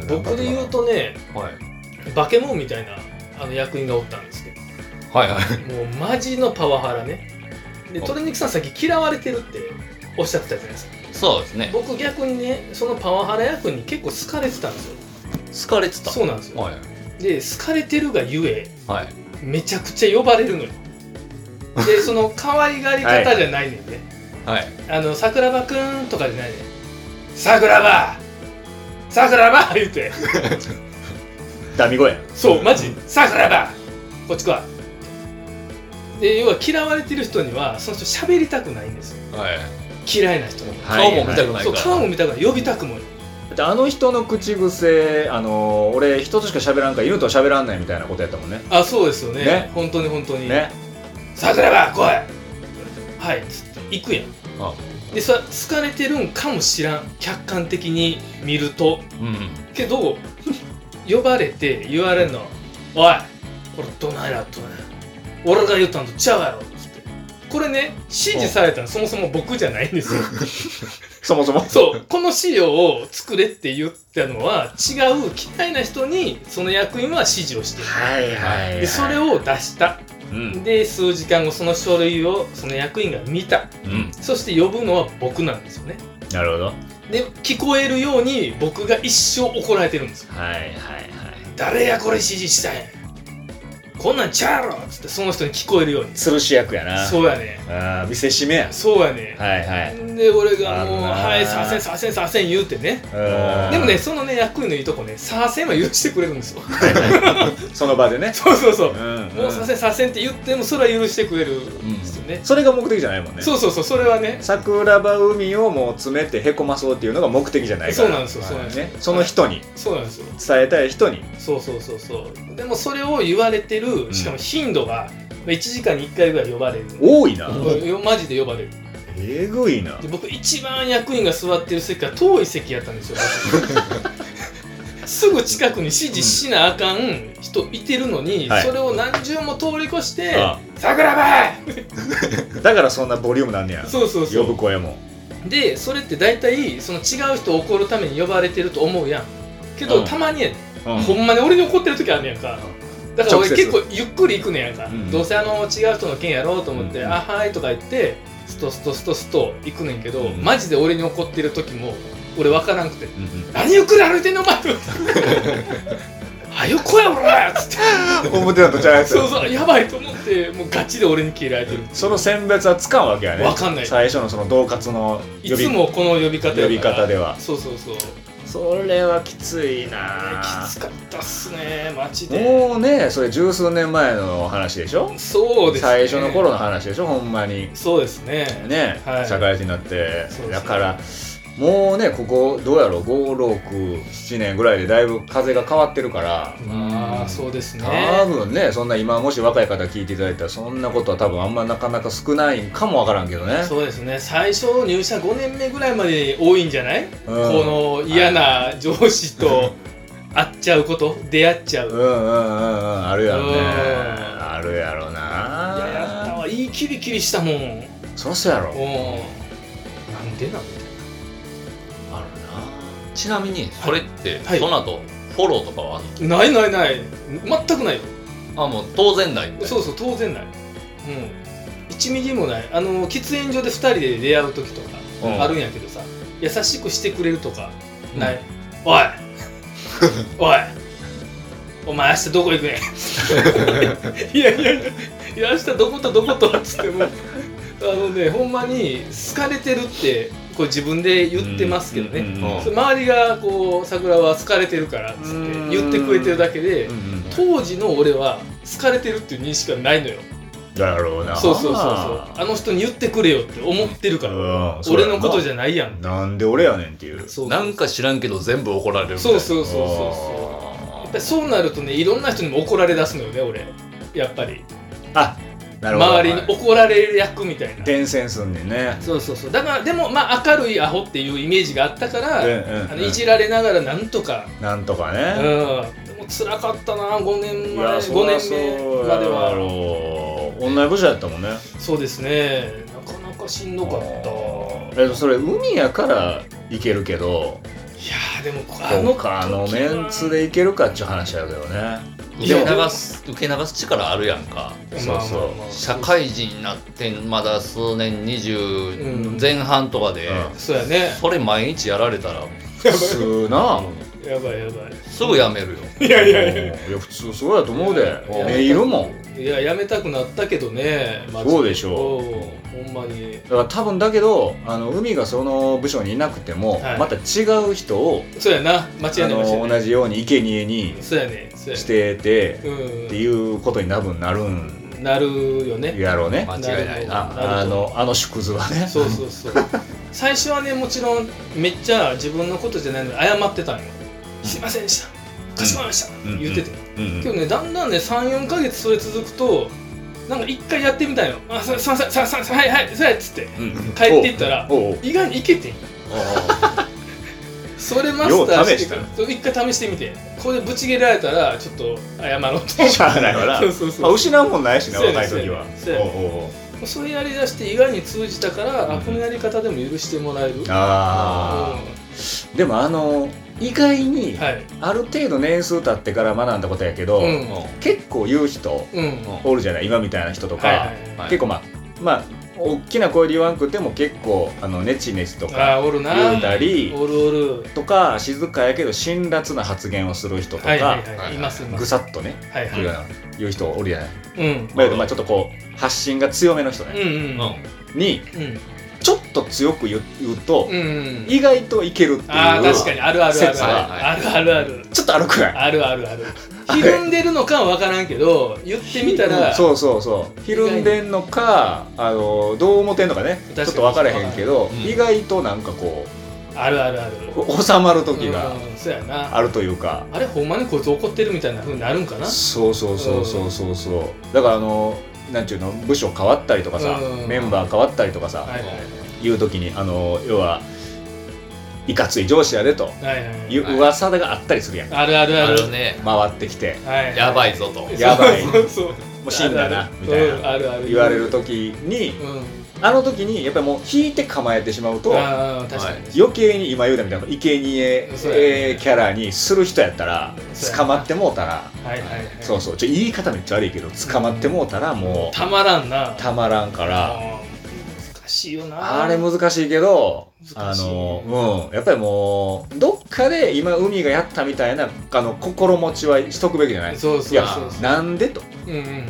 S2: 僕で言うとね
S3: はい、
S2: バケモンみたいなあの役員がおったんです けど
S3: はいはい
S2: もうマジのパワハラねで鶏肉さんさっき嫌われてるっておっしゃってたじゃないですか
S3: そうですね
S2: 僕逆にねそのパワハラ役に結構好かれてたんですよ
S3: 好かれてた
S2: そうなんですよ
S3: はい
S2: で好かれてるがゆえ
S3: はい
S2: めちゃくちゃ呼ばれるの よでその可愛がり方じゃないねんね、
S3: はい
S2: あの桜庭くんとかじゃないねん桜庭桜庭言うて
S1: ダミ声
S2: そうマジ桜庭こっち来いで要は嫌われてる人にはその人喋りたくないんですよ
S3: はい
S2: 嫌いな人に
S3: 顔も見たくない
S2: そう
S3: から
S2: 顔も見たから呼びたくもない
S1: だってあの人の口癖あのー俺人としか喋らんから犬とは喋らんないみたいなことやったもんね
S2: あそうですよね
S1: ね
S2: 本当に本当に、
S1: ね
S2: 桜庭来いはいつって行くやん
S3: あ
S2: でそれは好かれてるんかもしらん客観的に見ると
S3: うん
S2: けど呼ばれて言われるの「おいこれどないなどないな俺が言ったんとちゃうやろ」つってこれね指示されたのそもそも僕じゃないんですよ
S1: そもそも
S2: そうこの資料を作れって言ったのは違う嫌いな人にその役員は指示をしてる
S1: はいはい、
S2: でそれ、を出した
S1: うん
S2: で数時間後その書類をその役員が見た
S3: うん
S2: そして呼ぶのは僕なんですよね
S1: なるほどはい
S2: で聞こえるように僕が一生怒られてるんですよ
S1: はいは
S2: 誰やこれ指示したんやこんなんちゃうやろっつってその人に聞こえるように
S1: い吊るし役やな
S2: そうやね
S1: あー見せしめや
S2: そうやね
S1: はいはい
S2: で俺がも
S1: ある
S2: う「
S1: な
S2: はいさせんさせんさせん」言うてね
S1: うん
S2: でもねそのね役員のいいとこねさせんは許してくれるんですよ
S1: その場でね
S2: そうそうそう
S1: うん
S2: もうさせんさせんって言ってもそれは許してくれるんですよね、
S1: それが目的じゃないもんね
S2: そうそうそうそれはね
S1: 桜庭海をもう詰めてへこまそうっていうのが目的じゃないから
S2: そうなんですよ
S1: まあ
S2: そうなんですよ
S1: ね、その人に
S2: そうなんですよ
S1: 伝えたい人に
S2: そうそうそうそうでもそれを言われてるしかも頻度が1時間に1回ぐらい呼ばれる
S1: 多いな
S2: うんよマジで呼ばれる
S1: えぐいな
S2: で僕一番役員が座ってる席が遠い席やったんですよ僕 すぐ近くに指示しなあかん人いてるのに、
S1: はい
S2: それを何重も通り越して
S1: あ
S2: 「桜 庭!
S1: だからそんなボリュームなんねや」
S2: そうそうそ
S1: 呼ぶ
S2: う
S1: 声も
S2: でそれって大体その違う人を怒るために呼ばれてると思うやんけど、
S1: うん
S2: たまにやね、
S1: うん
S2: ほんまに俺に怒ってる時あんねやんかだから俺
S1: 直接
S2: 結構ゆっくり行くねやんか、
S1: うん
S2: どうせあの違う人の件やろうと思って「
S1: うん
S2: あはい」とか言ってストストストスト行くねんけど、
S1: うん
S2: マジで俺に怒ってる時も俺分からんくて
S1: うんうん
S2: 「何ゆっくり歩いて んのお前」はよこや俺ら!」っつって
S1: 表だとちゃうやつ
S2: そうそうやばいと思ってもうガチで俺に切られてる
S1: その選別はつかんわけやね
S2: わかんない
S1: 最初のその恫喝の
S2: いつもこの呼び方やから
S1: 呼び方では
S2: そうそうそうき
S1: それはきついな
S2: つかったっすねマジで
S1: もうねそれ十数年前の話でしょ
S2: そうですね
S1: 最初の頃の話でしょほんまに
S2: そうですね
S1: ね、
S2: はい
S1: 社会人になって
S2: そうそう
S1: だからもうねここどうやろう567年ぐらいでだいぶ風が変わってるから
S2: まあそうですね
S1: 多分ねそんな今もし若い方聞いていただいたらそんなことは多分あんまなかなか少ないかもわからんけどね
S2: そうですね最初の入社5年目ぐらいまで多いんじゃない、
S1: うん
S2: この嫌な上司と会っちゃうこと出会っちゃう、
S1: うん
S2: い
S1: うんうんうんあるやろね
S2: うん
S1: あるやろな
S2: ややったわいいキリキリしたもんうん
S1: そらそうやろ
S2: なんでなん
S3: あるなちなみにそれって、
S2: はい
S3: その後フォローとかはあんの
S2: ないないない全くないよ
S3: あもう当然ないみたいな
S2: そうそう当然ないうん1ミリもないあの喫煙所で2人で出会う時とか
S1: うん
S2: あるんやけどさ優しくしてくれるとかない、おいおいお前明日どこ行く ねんいやいやいやいや明日どことどことっつってもあのねほんまに好かれてるってこう自分で言ってますけどね、
S1: うんうん
S2: それ周りがこう桜は好かれてるからっつって言ってくれてるだけで、
S1: うんうん
S2: 当時の俺は好かれてるっていう認識はないのよ
S1: だろうな
S2: そうそうそうそうあの人に言ってくれよって思ってるから、
S1: うんそうや
S2: 俺
S1: な
S2: のことじゃないやん
S1: なんで俺やねんっていう
S2: そう
S3: なんか知らんけど全部怒られるみたい
S2: そ
S3: な
S2: うそうそうそうそうやっぱりそうなるとねいろんな人にも怒られだすのよね俺やっぱり
S1: あなるほど
S2: 周りに怒られる役みたいな
S1: 転戦すんねんね
S2: そうそうそうだからでもまあ明るいアホっていうイメージがあったから、
S1: うんうんうん
S2: あのいじられながらなんとか
S1: なんとか
S2: うん、
S1: ね
S2: でも辛かったな5年
S1: い
S2: 前
S1: やそ
S2: 5
S1: りゃ
S2: 年
S1: そう
S2: 目
S1: や
S2: までは
S1: ろう同じ部署やったもんね
S2: そうですねなかなかしんどかった
S1: えそれ海やから行けるけど
S2: いやーでもあ
S1: あ
S2: の
S1: のかあの
S2: 時
S1: メ
S2: は
S1: ンツで行けるかっちゅう話やけどね
S3: 受
S2: いや
S3: け流す受け流す力あるやんか
S2: まあまあまあ
S1: そう
S2: そう
S3: 社会人になってまだ数年
S2: う
S3: 20
S2: ん
S3: 前半とかで、
S1: うん
S2: そうやね
S3: それ毎日やられたら
S1: 普通な
S2: やばいやばい
S3: すぐやめるよ
S2: いやいやいや
S1: いや普通そうやと思うで
S2: うん
S1: 目いるもん
S2: いや、やめたくなったけどね、マジ
S1: そうでしょう
S2: うんほんまに。
S1: だから多分だけどあの海がその部署にいなくても、
S2: はい
S1: また違う人を
S2: そうやな、間
S1: あ
S2: 違いない、間違
S1: の
S2: いな
S1: 同
S2: い。
S1: じように生贄に
S2: そうやね、そうや
S1: し
S2: ね。
S1: てて
S2: う
S1: っていうことに多分なるん
S2: ん。なるよね。
S1: やろうね
S3: 間違いな
S2: るほ
S3: いな
S2: ど
S1: ああのあの縮図はね
S2: そうそうそう。 最初はね、もちろん、めっちゃ自分のことじゃないのに謝ってたんよ。すいませんでした。かしこまりました。
S1: うん
S2: 言ってて。
S1: うんうん
S2: けどね、だんだんね、3、4ヶ月それ続くと、なんか一回やってみたいの。あ、すすいません、すいませんすいません、はいはい、そうやっつって。
S1: うん
S2: 帰っていったら
S1: おうおう
S2: 意外にいけてんそれマスターしてから
S1: よ
S2: そう一回試してみてこれでブチ切られたらちょっと謝ろうと
S1: しゃあないわな
S2: そうそうそう
S1: まあ失うもんないしな
S2: そうやね
S1: 若い時は
S2: そうやね
S1: おうおうおう
S2: それやりだして意外に通じたから、
S1: うん
S2: あこのやり方でも許してもらえる
S1: ああでもあの意外
S2: うん
S1: に
S2: はい
S1: ある程度年数経ってから学んだことやけど、
S2: うん
S1: 結構言う人
S2: うん
S3: うん
S1: おるじゃない今みたいな人とか、
S2: はいはい
S3: はい
S1: 結構まあまあ大きな声で言わんくても結構あのネチネチと
S2: あ
S1: か
S2: あおるな
S1: 言うたり
S2: おるおる
S1: とか静かやけど辛辣な発言をする人とか、
S2: はいはい
S3: と
S2: は
S3: か
S2: いいますいま
S1: ぐ
S2: す
S1: さっとね、
S2: はいはい
S1: 言うような言う人おるじゃない、
S2: うん
S1: まあ、まあちょっとこう発信が強めの人
S2: う
S1: ね、
S2: んうん
S3: うん
S1: に
S2: うん
S1: ちょっと強く言う言うと、
S2: うん
S1: 意外といけるっていう
S2: ああ確かにあるあるあ
S1: 説
S2: る
S1: が
S2: あるあるある
S1: ちょっとあるくらい
S2: あるあるあるひるんでるのかは分からんけ ど言ってみた
S1: うん
S2: ら
S1: そうそうそうひるんでんのかあのどう思ってんのかねち
S2: 確か
S1: ょっ
S2: に
S1: と分からへんけど、
S3: うん
S1: 意外となんかこ
S2: あるあるある
S1: う 収まる時が
S2: うんそうやな
S1: あるというか、
S2: あれほんまにこいつ怒ってるみたいな風になるんかな
S1: そうそうそうそうそうそうだからあのなんていうの部署変わったりとかさ、
S2: うん
S1: メンバー変わったりとかさ、
S2: はいはい
S1: いう時にあの要はいかつい上司やでと
S2: はいはい
S1: いう
S3: はい
S1: 噂があったりするやん
S2: あるあるあ
S3: あ
S2: る
S3: るね
S1: 回ってきて
S2: はい
S3: やばいぞと
S1: やばい
S2: そうそうそう
S1: もう死んだな
S2: あるある
S1: みたい
S2: うん
S1: な
S2: あるある
S1: 言われる時に
S2: うん
S1: あの時にやっぱりもう引いて構えてしまうと
S2: ああ確かに
S1: 余計に今言うたみたいな生贄
S2: そうやね
S1: キャラにする人やったら
S2: そうやな
S1: 捕まってもうたら
S2: はいはいはい
S1: そうそうちょ言い方めっちゃ悪いけど捕まってもうたらも
S2: たまらんな
S1: うたまらんから
S2: うん難しいよな
S1: あれ難しいけどあ
S2: 難しいね
S1: のうんやっぱりもうどっかで今海がやったみたいなあの心持ちはしとくべきじゃない
S2: そうそうそうそ
S1: なんでと
S2: ううん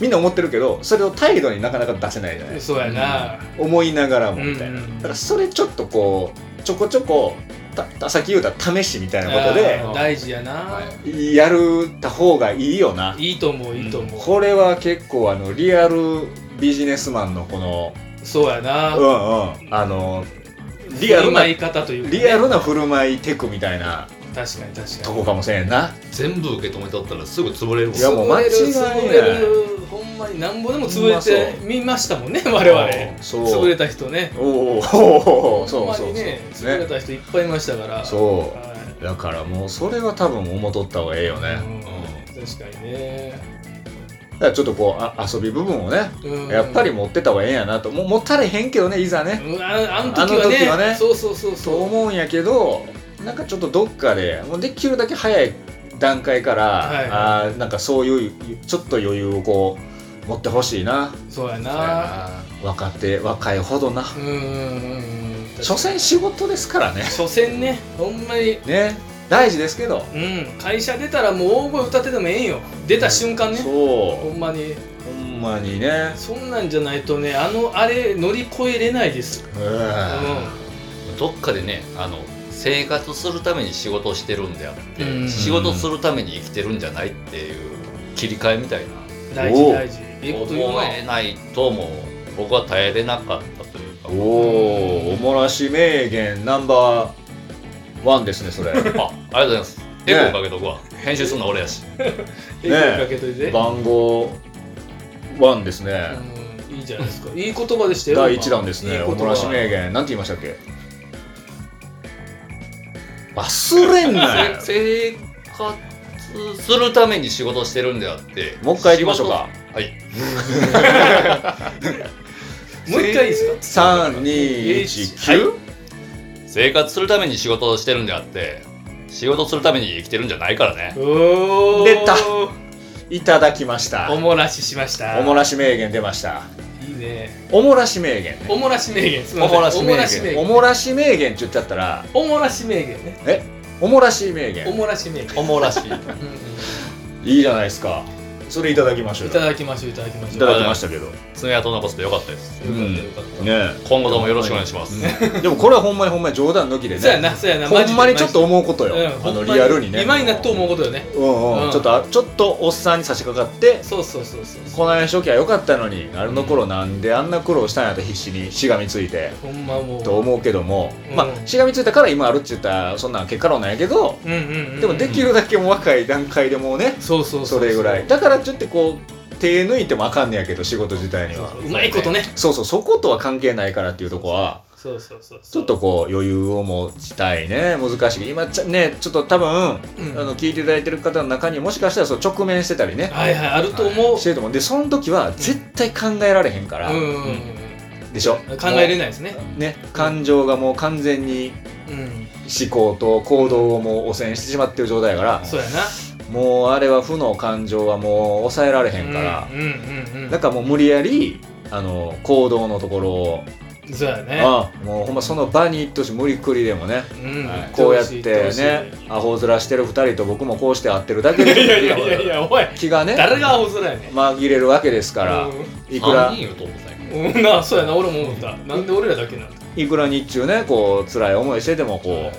S1: みんな思ってるけどそれを態度になかなか出せないじゃな
S2: うん
S1: い
S2: そうやな
S1: 思いながら
S2: う
S1: も
S2: んうん
S1: みたいな、だからそれちょっとこうちょこちょこたたさっき言うた試しみたいなことで
S2: あー大事やな
S3: はい
S1: やるた方がいいよない
S2: いと思ういいと思
S1: これは結構あのリアルビジネスマンのこの
S2: うそうやな
S1: うんうんあのリアルな
S2: 振る舞い方というかね
S1: リアルな振る舞いテクみたいな
S2: 確かに確か
S1: と
S2: に
S1: こかもしれんな
S3: 全部受け止めとったらすぐ潰れるもん
S1: いやもう間違いない
S2: 潰れる潰れるほんまになんぼでも潰れてみましたもんね我々
S1: そう
S2: 潰れた人ね
S1: おうおうおうおう
S2: ほん
S1: そう
S2: ま
S1: そうそう
S2: にね潰れた人いっぱいいましたから
S1: そ
S2: は
S1: うだからもうそれは多分思っとった方がええよ
S2: い
S1: ね、
S2: うん確かにね
S1: だからちょっとこうあ遊び部分をね
S2: うん
S1: やっぱり持ってた方がええんやなともう持たれへんけどねいざね、
S2: うんああの時
S1: あ
S2: はね
S1: の時はね
S2: そうそうそう
S1: と
S2: そう
S1: 思うんやけどなんかちょっとどっかでもうできるだけ早い段階から、
S2: はい
S1: あーなんかそういうちょっと余裕をこう持ってほしいな
S2: そうや
S3: そう
S2: な
S3: やな
S1: 若手若いほどな
S2: うんうんうんうん
S1: 所詮仕事ですからね
S2: 所詮ねほんまに
S1: ね大事ですけど、
S2: うん会社出たらもう大声歌っててもええんよ出た瞬間ねほ
S1: そ
S2: んまに
S1: うほんまにね
S2: そんなんじゃないとねあのあれ乗り越えれないです
S1: うん
S3: どっかでねあの生活するために仕事をしてるんであって、
S2: うん
S3: 仕事するために生きてるんじゃないっていう切り替えみたいな
S2: 大事
S1: おう
S2: 大事えっと言う
S3: 思
S2: な
S3: えないともう僕は耐えれなかったというか
S1: おおおもらし名言ナンバーワンですねそれ
S3: あありがとうございますエコーかけとくわ、編集すんの俺やし
S2: え声かけといて
S1: 番号ワンですね、
S2: うんいいじゃないですかいい言葉でしたよ
S1: 第1弾です
S2: いい
S1: ね。
S2: 言
S1: お
S2: 葉
S1: もらし名言。なんて言いましたっけ忘れんなよ
S3: せ。生活するために仕事してるんであって
S1: もう一回行きましょうか。
S3: 仕事はい
S2: もう一回いいですか
S1: 3、2、1、
S3: 生活するために仕事をしてるんであって仕事するために生きてるんじゃないからね
S2: おー
S1: 出た9。いただきました
S2: お。もらししました
S1: おもらし名言出ました。
S2: いいね
S1: おもらし名言ね。
S2: おもらし名言すいま
S1: お
S2: せん
S1: もらし名言。お
S2: お
S1: もらし名言って言っちゃったら、
S2: もらし名言ね
S1: えおもらし名
S2: お
S1: 言。
S2: もらし名言
S3: おもらしい
S2: うんうん
S1: いいじゃないですか。それいただきましょう
S2: い
S1: よ。
S2: ただきましょういただきまし
S1: い
S2: ょ
S1: た
S2: う
S1: だきましたけど。
S3: 爪痕残せてよかったです
S1: うん
S2: よかったよかった
S1: ね
S3: 今後ともよろしくお願いします、
S1: えでもこれはほんまにほんまに冗談抜きで
S2: そうや
S1: ね。
S2: なそうやな
S1: ほんまにちょっと
S2: 思
S1: 思うことよ。あのリアルにね。
S2: 今になって思うことよね
S1: うんう、
S2: うんん
S1: ちょっとあちょっとおっさんに差し掛かって
S2: そうそうそうそう
S1: この初期は良かったのにあれの頃なんであんな苦労したんやと必死にしがみついて
S2: ほんまもう
S1: と思うけども、
S2: うん
S1: まあしがみついたから今あるって言ったらそんなん結果論なんやけど
S2: うんうんうん
S1: でもできるだけもう若い段階でもうね
S2: そうそう
S1: それぐらいだからちょっとこう手抜いてもあかんねやけど仕事自体に
S2: そう
S1: は
S2: そううまいことね
S1: そうそうそことは関係ないからっていうとこは
S2: そうそうそう
S1: ちょっとこう余裕を持ちたいね難しい今ちゃねちょっと多分、
S2: うん
S1: あの聞いていただいてる方の中にもしかしたらそう直面してたりね
S2: はいはいあると思う
S1: してると思うでその時は絶対考えられへんから、
S2: うんうんうん
S1: でしょ
S2: うん考えれ
S1: い
S2: ないですね
S1: ね感情がもう完全に
S2: うん
S1: 思考と行動をもう汚染してしまってる状態やから
S2: そうや
S1: もうあれは負の感情はもう抑えられへんか
S2: な
S1: ら
S2: う、んうんう
S1: だからもう無理やりあの行動のところを、
S2: んそうやね
S1: あもうほんまその場に行ってほしい無理くりでもね
S2: うん
S3: はい
S1: こうやって
S2: 言ほしい言っ
S1: ね
S2: てほしい
S1: アホ面してる二人と僕もこうして会ってるだけで
S2: いやいやいや いやおい
S1: 気がね
S2: 誰が青空やねん
S1: 紛れるわけですから、
S2: う
S1: いくら
S3: 3人いると思う最近
S2: んうんなそうやな俺も思ったなんで俺らだけなんだ
S1: いくら日中ねこう辛い思いしててもこ
S2: は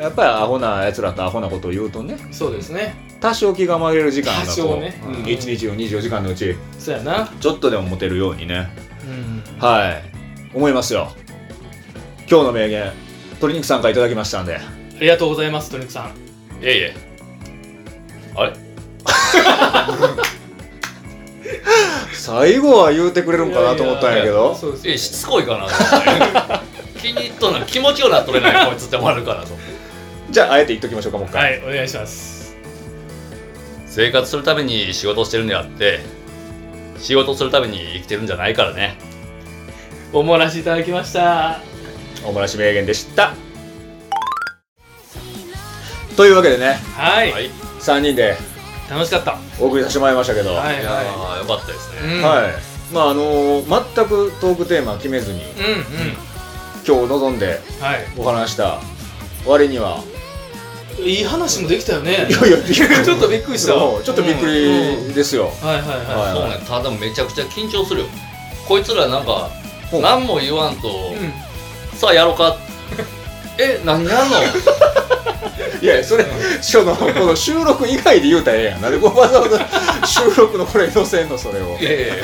S1: うやっぱりアホなやつらとアホなことを言うとね
S2: いそうですね
S1: 多少気が紛れる時間が
S2: 多
S1: こ
S2: 少
S1: う、
S2: ね
S1: うん
S2: うん
S1: 1日の24時間のうち
S2: そうやな
S1: ちょっとでも持てるようにね
S2: うん
S1: はい思いますよ今日の名言鶏肉さんからいただきましたんで
S2: ありがとうございます、トニックさん。
S3: いえいえあれ
S1: 最後は言うてくれるんかなと思ったんやけ
S2: いい
S1: ど
S2: そうです
S3: えしつこいかなと 思って気に入っとんの気持ちようなっとれないこいつって思われるからと
S1: じゃああえて言っときましょうかもう一回、
S2: はいお願いします
S3: 生活するために仕事をしてるんであって仕事するために生きてるんじゃないからね
S2: おもらしいただきました
S1: おもらし名言でしたというわけでね
S2: はい、
S3: はい、
S1: 3人で
S2: 楽しかった
S1: お送りさせてもらいましたけど
S2: は
S1: はい、
S2: い
S3: いや
S2: は
S3: ーよかったです
S2: い、う
S3: ね、
S2: ん
S1: まああのー全くトークテーマ決めずに
S2: うんうん
S1: 今日臨んで
S2: はい
S1: お話した割にはい
S2: い話もできたよね
S1: いやいや
S2: ちょっとびっくりした
S1: そうちょっとびっくりですよ、
S2: はいはいは
S1: は
S2: い、
S3: そうねただめちゃくちゃ緊張するよこいつらなんか
S1: ほう
S3: 何も言わんと、
S2: うん
S3: さあやろうかえ何やんの
S1: いやいやそれそのこの収録以外で言うたらええやんなんでわざわざ収録のこれ載せんのそれを
S3: いやいやいや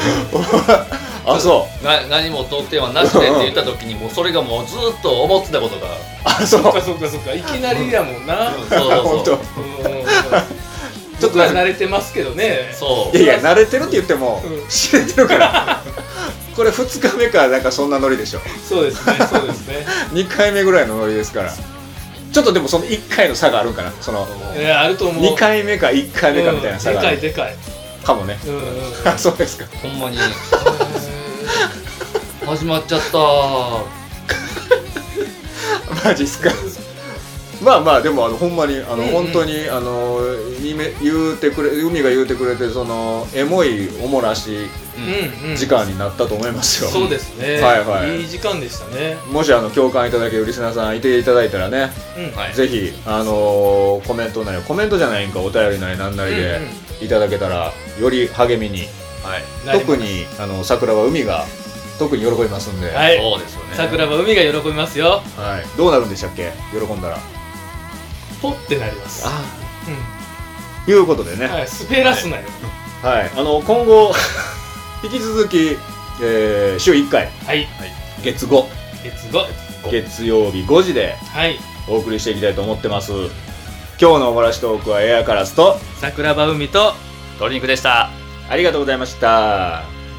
S1: あそう
S3: な何もトークテーマなしでって言った時にもうそれがもうずっと思ってたことが
S1: あそう
S2: そっかそっかそっかいきなりやも んな、うん、
S3: そうそう
S1: 本
S2: ちょっと慣れてますけどね
S3: そう
S1: 当いやいや慣れてるって言っても
S2: うん
S1: 知れてるからこれ2日目からなんかそんなノリでしょ
S2: そうですねそうですね
S1: 2回目ぐらいのノリですからちょっとでもその1回の差があるんかなその
S2: いやあると思う
S1: 2回目か1回目かみたいな差
S2: うん
S1: が
S2: で
S1: あ
S2: かい
S1: る
S2: でかい
S1: かもね
S2: うんうんうん
S1: あそうですか
S3: ほんまに始まっちゃった
S1: マジっすかまあまあでもあのほんまにあの、
S2: うんうん
S1: 本当にあのにめ言うてくれ海が言うてくれてそのエモいおもらし
S2: うんうん
S1: 時間になったと思いますよ、
S2: そうですね
S1: はいはい
S2: いい時間でしたね
S1: もしあの共感いただけるリスナーさんいていただいたらね、
S2: うん
S3: はい
S1: ぜひあのーコメントなりコメントじゃないんかお便りなりなんなりで
S2: うん
S1: いただけたらより励みに、
S3: はい
S2: なります
S1: 特にあの桜は海が特に喜びますんで、
S2: はい
S3: そうですよね
S2: 桜は海が喜びますよ
S1: はいどうなるんでしたっけ喜んだら
S2: ポってなります
S1: あ
S2: う
S1: いうことでね、
S2: んはい滑らすなよ
S1: はい、あの今後 引き続き、えー週1回
S2: はい
S1: 月5
S2: 月後
S1: 月曜日5時で
S2: はい
S1: お送りしていきたいと思ってます今日のおもらしトークはエアカラスと
S2: 桜庭海と
S3: 鶏肉でした
S1: ありがとうございました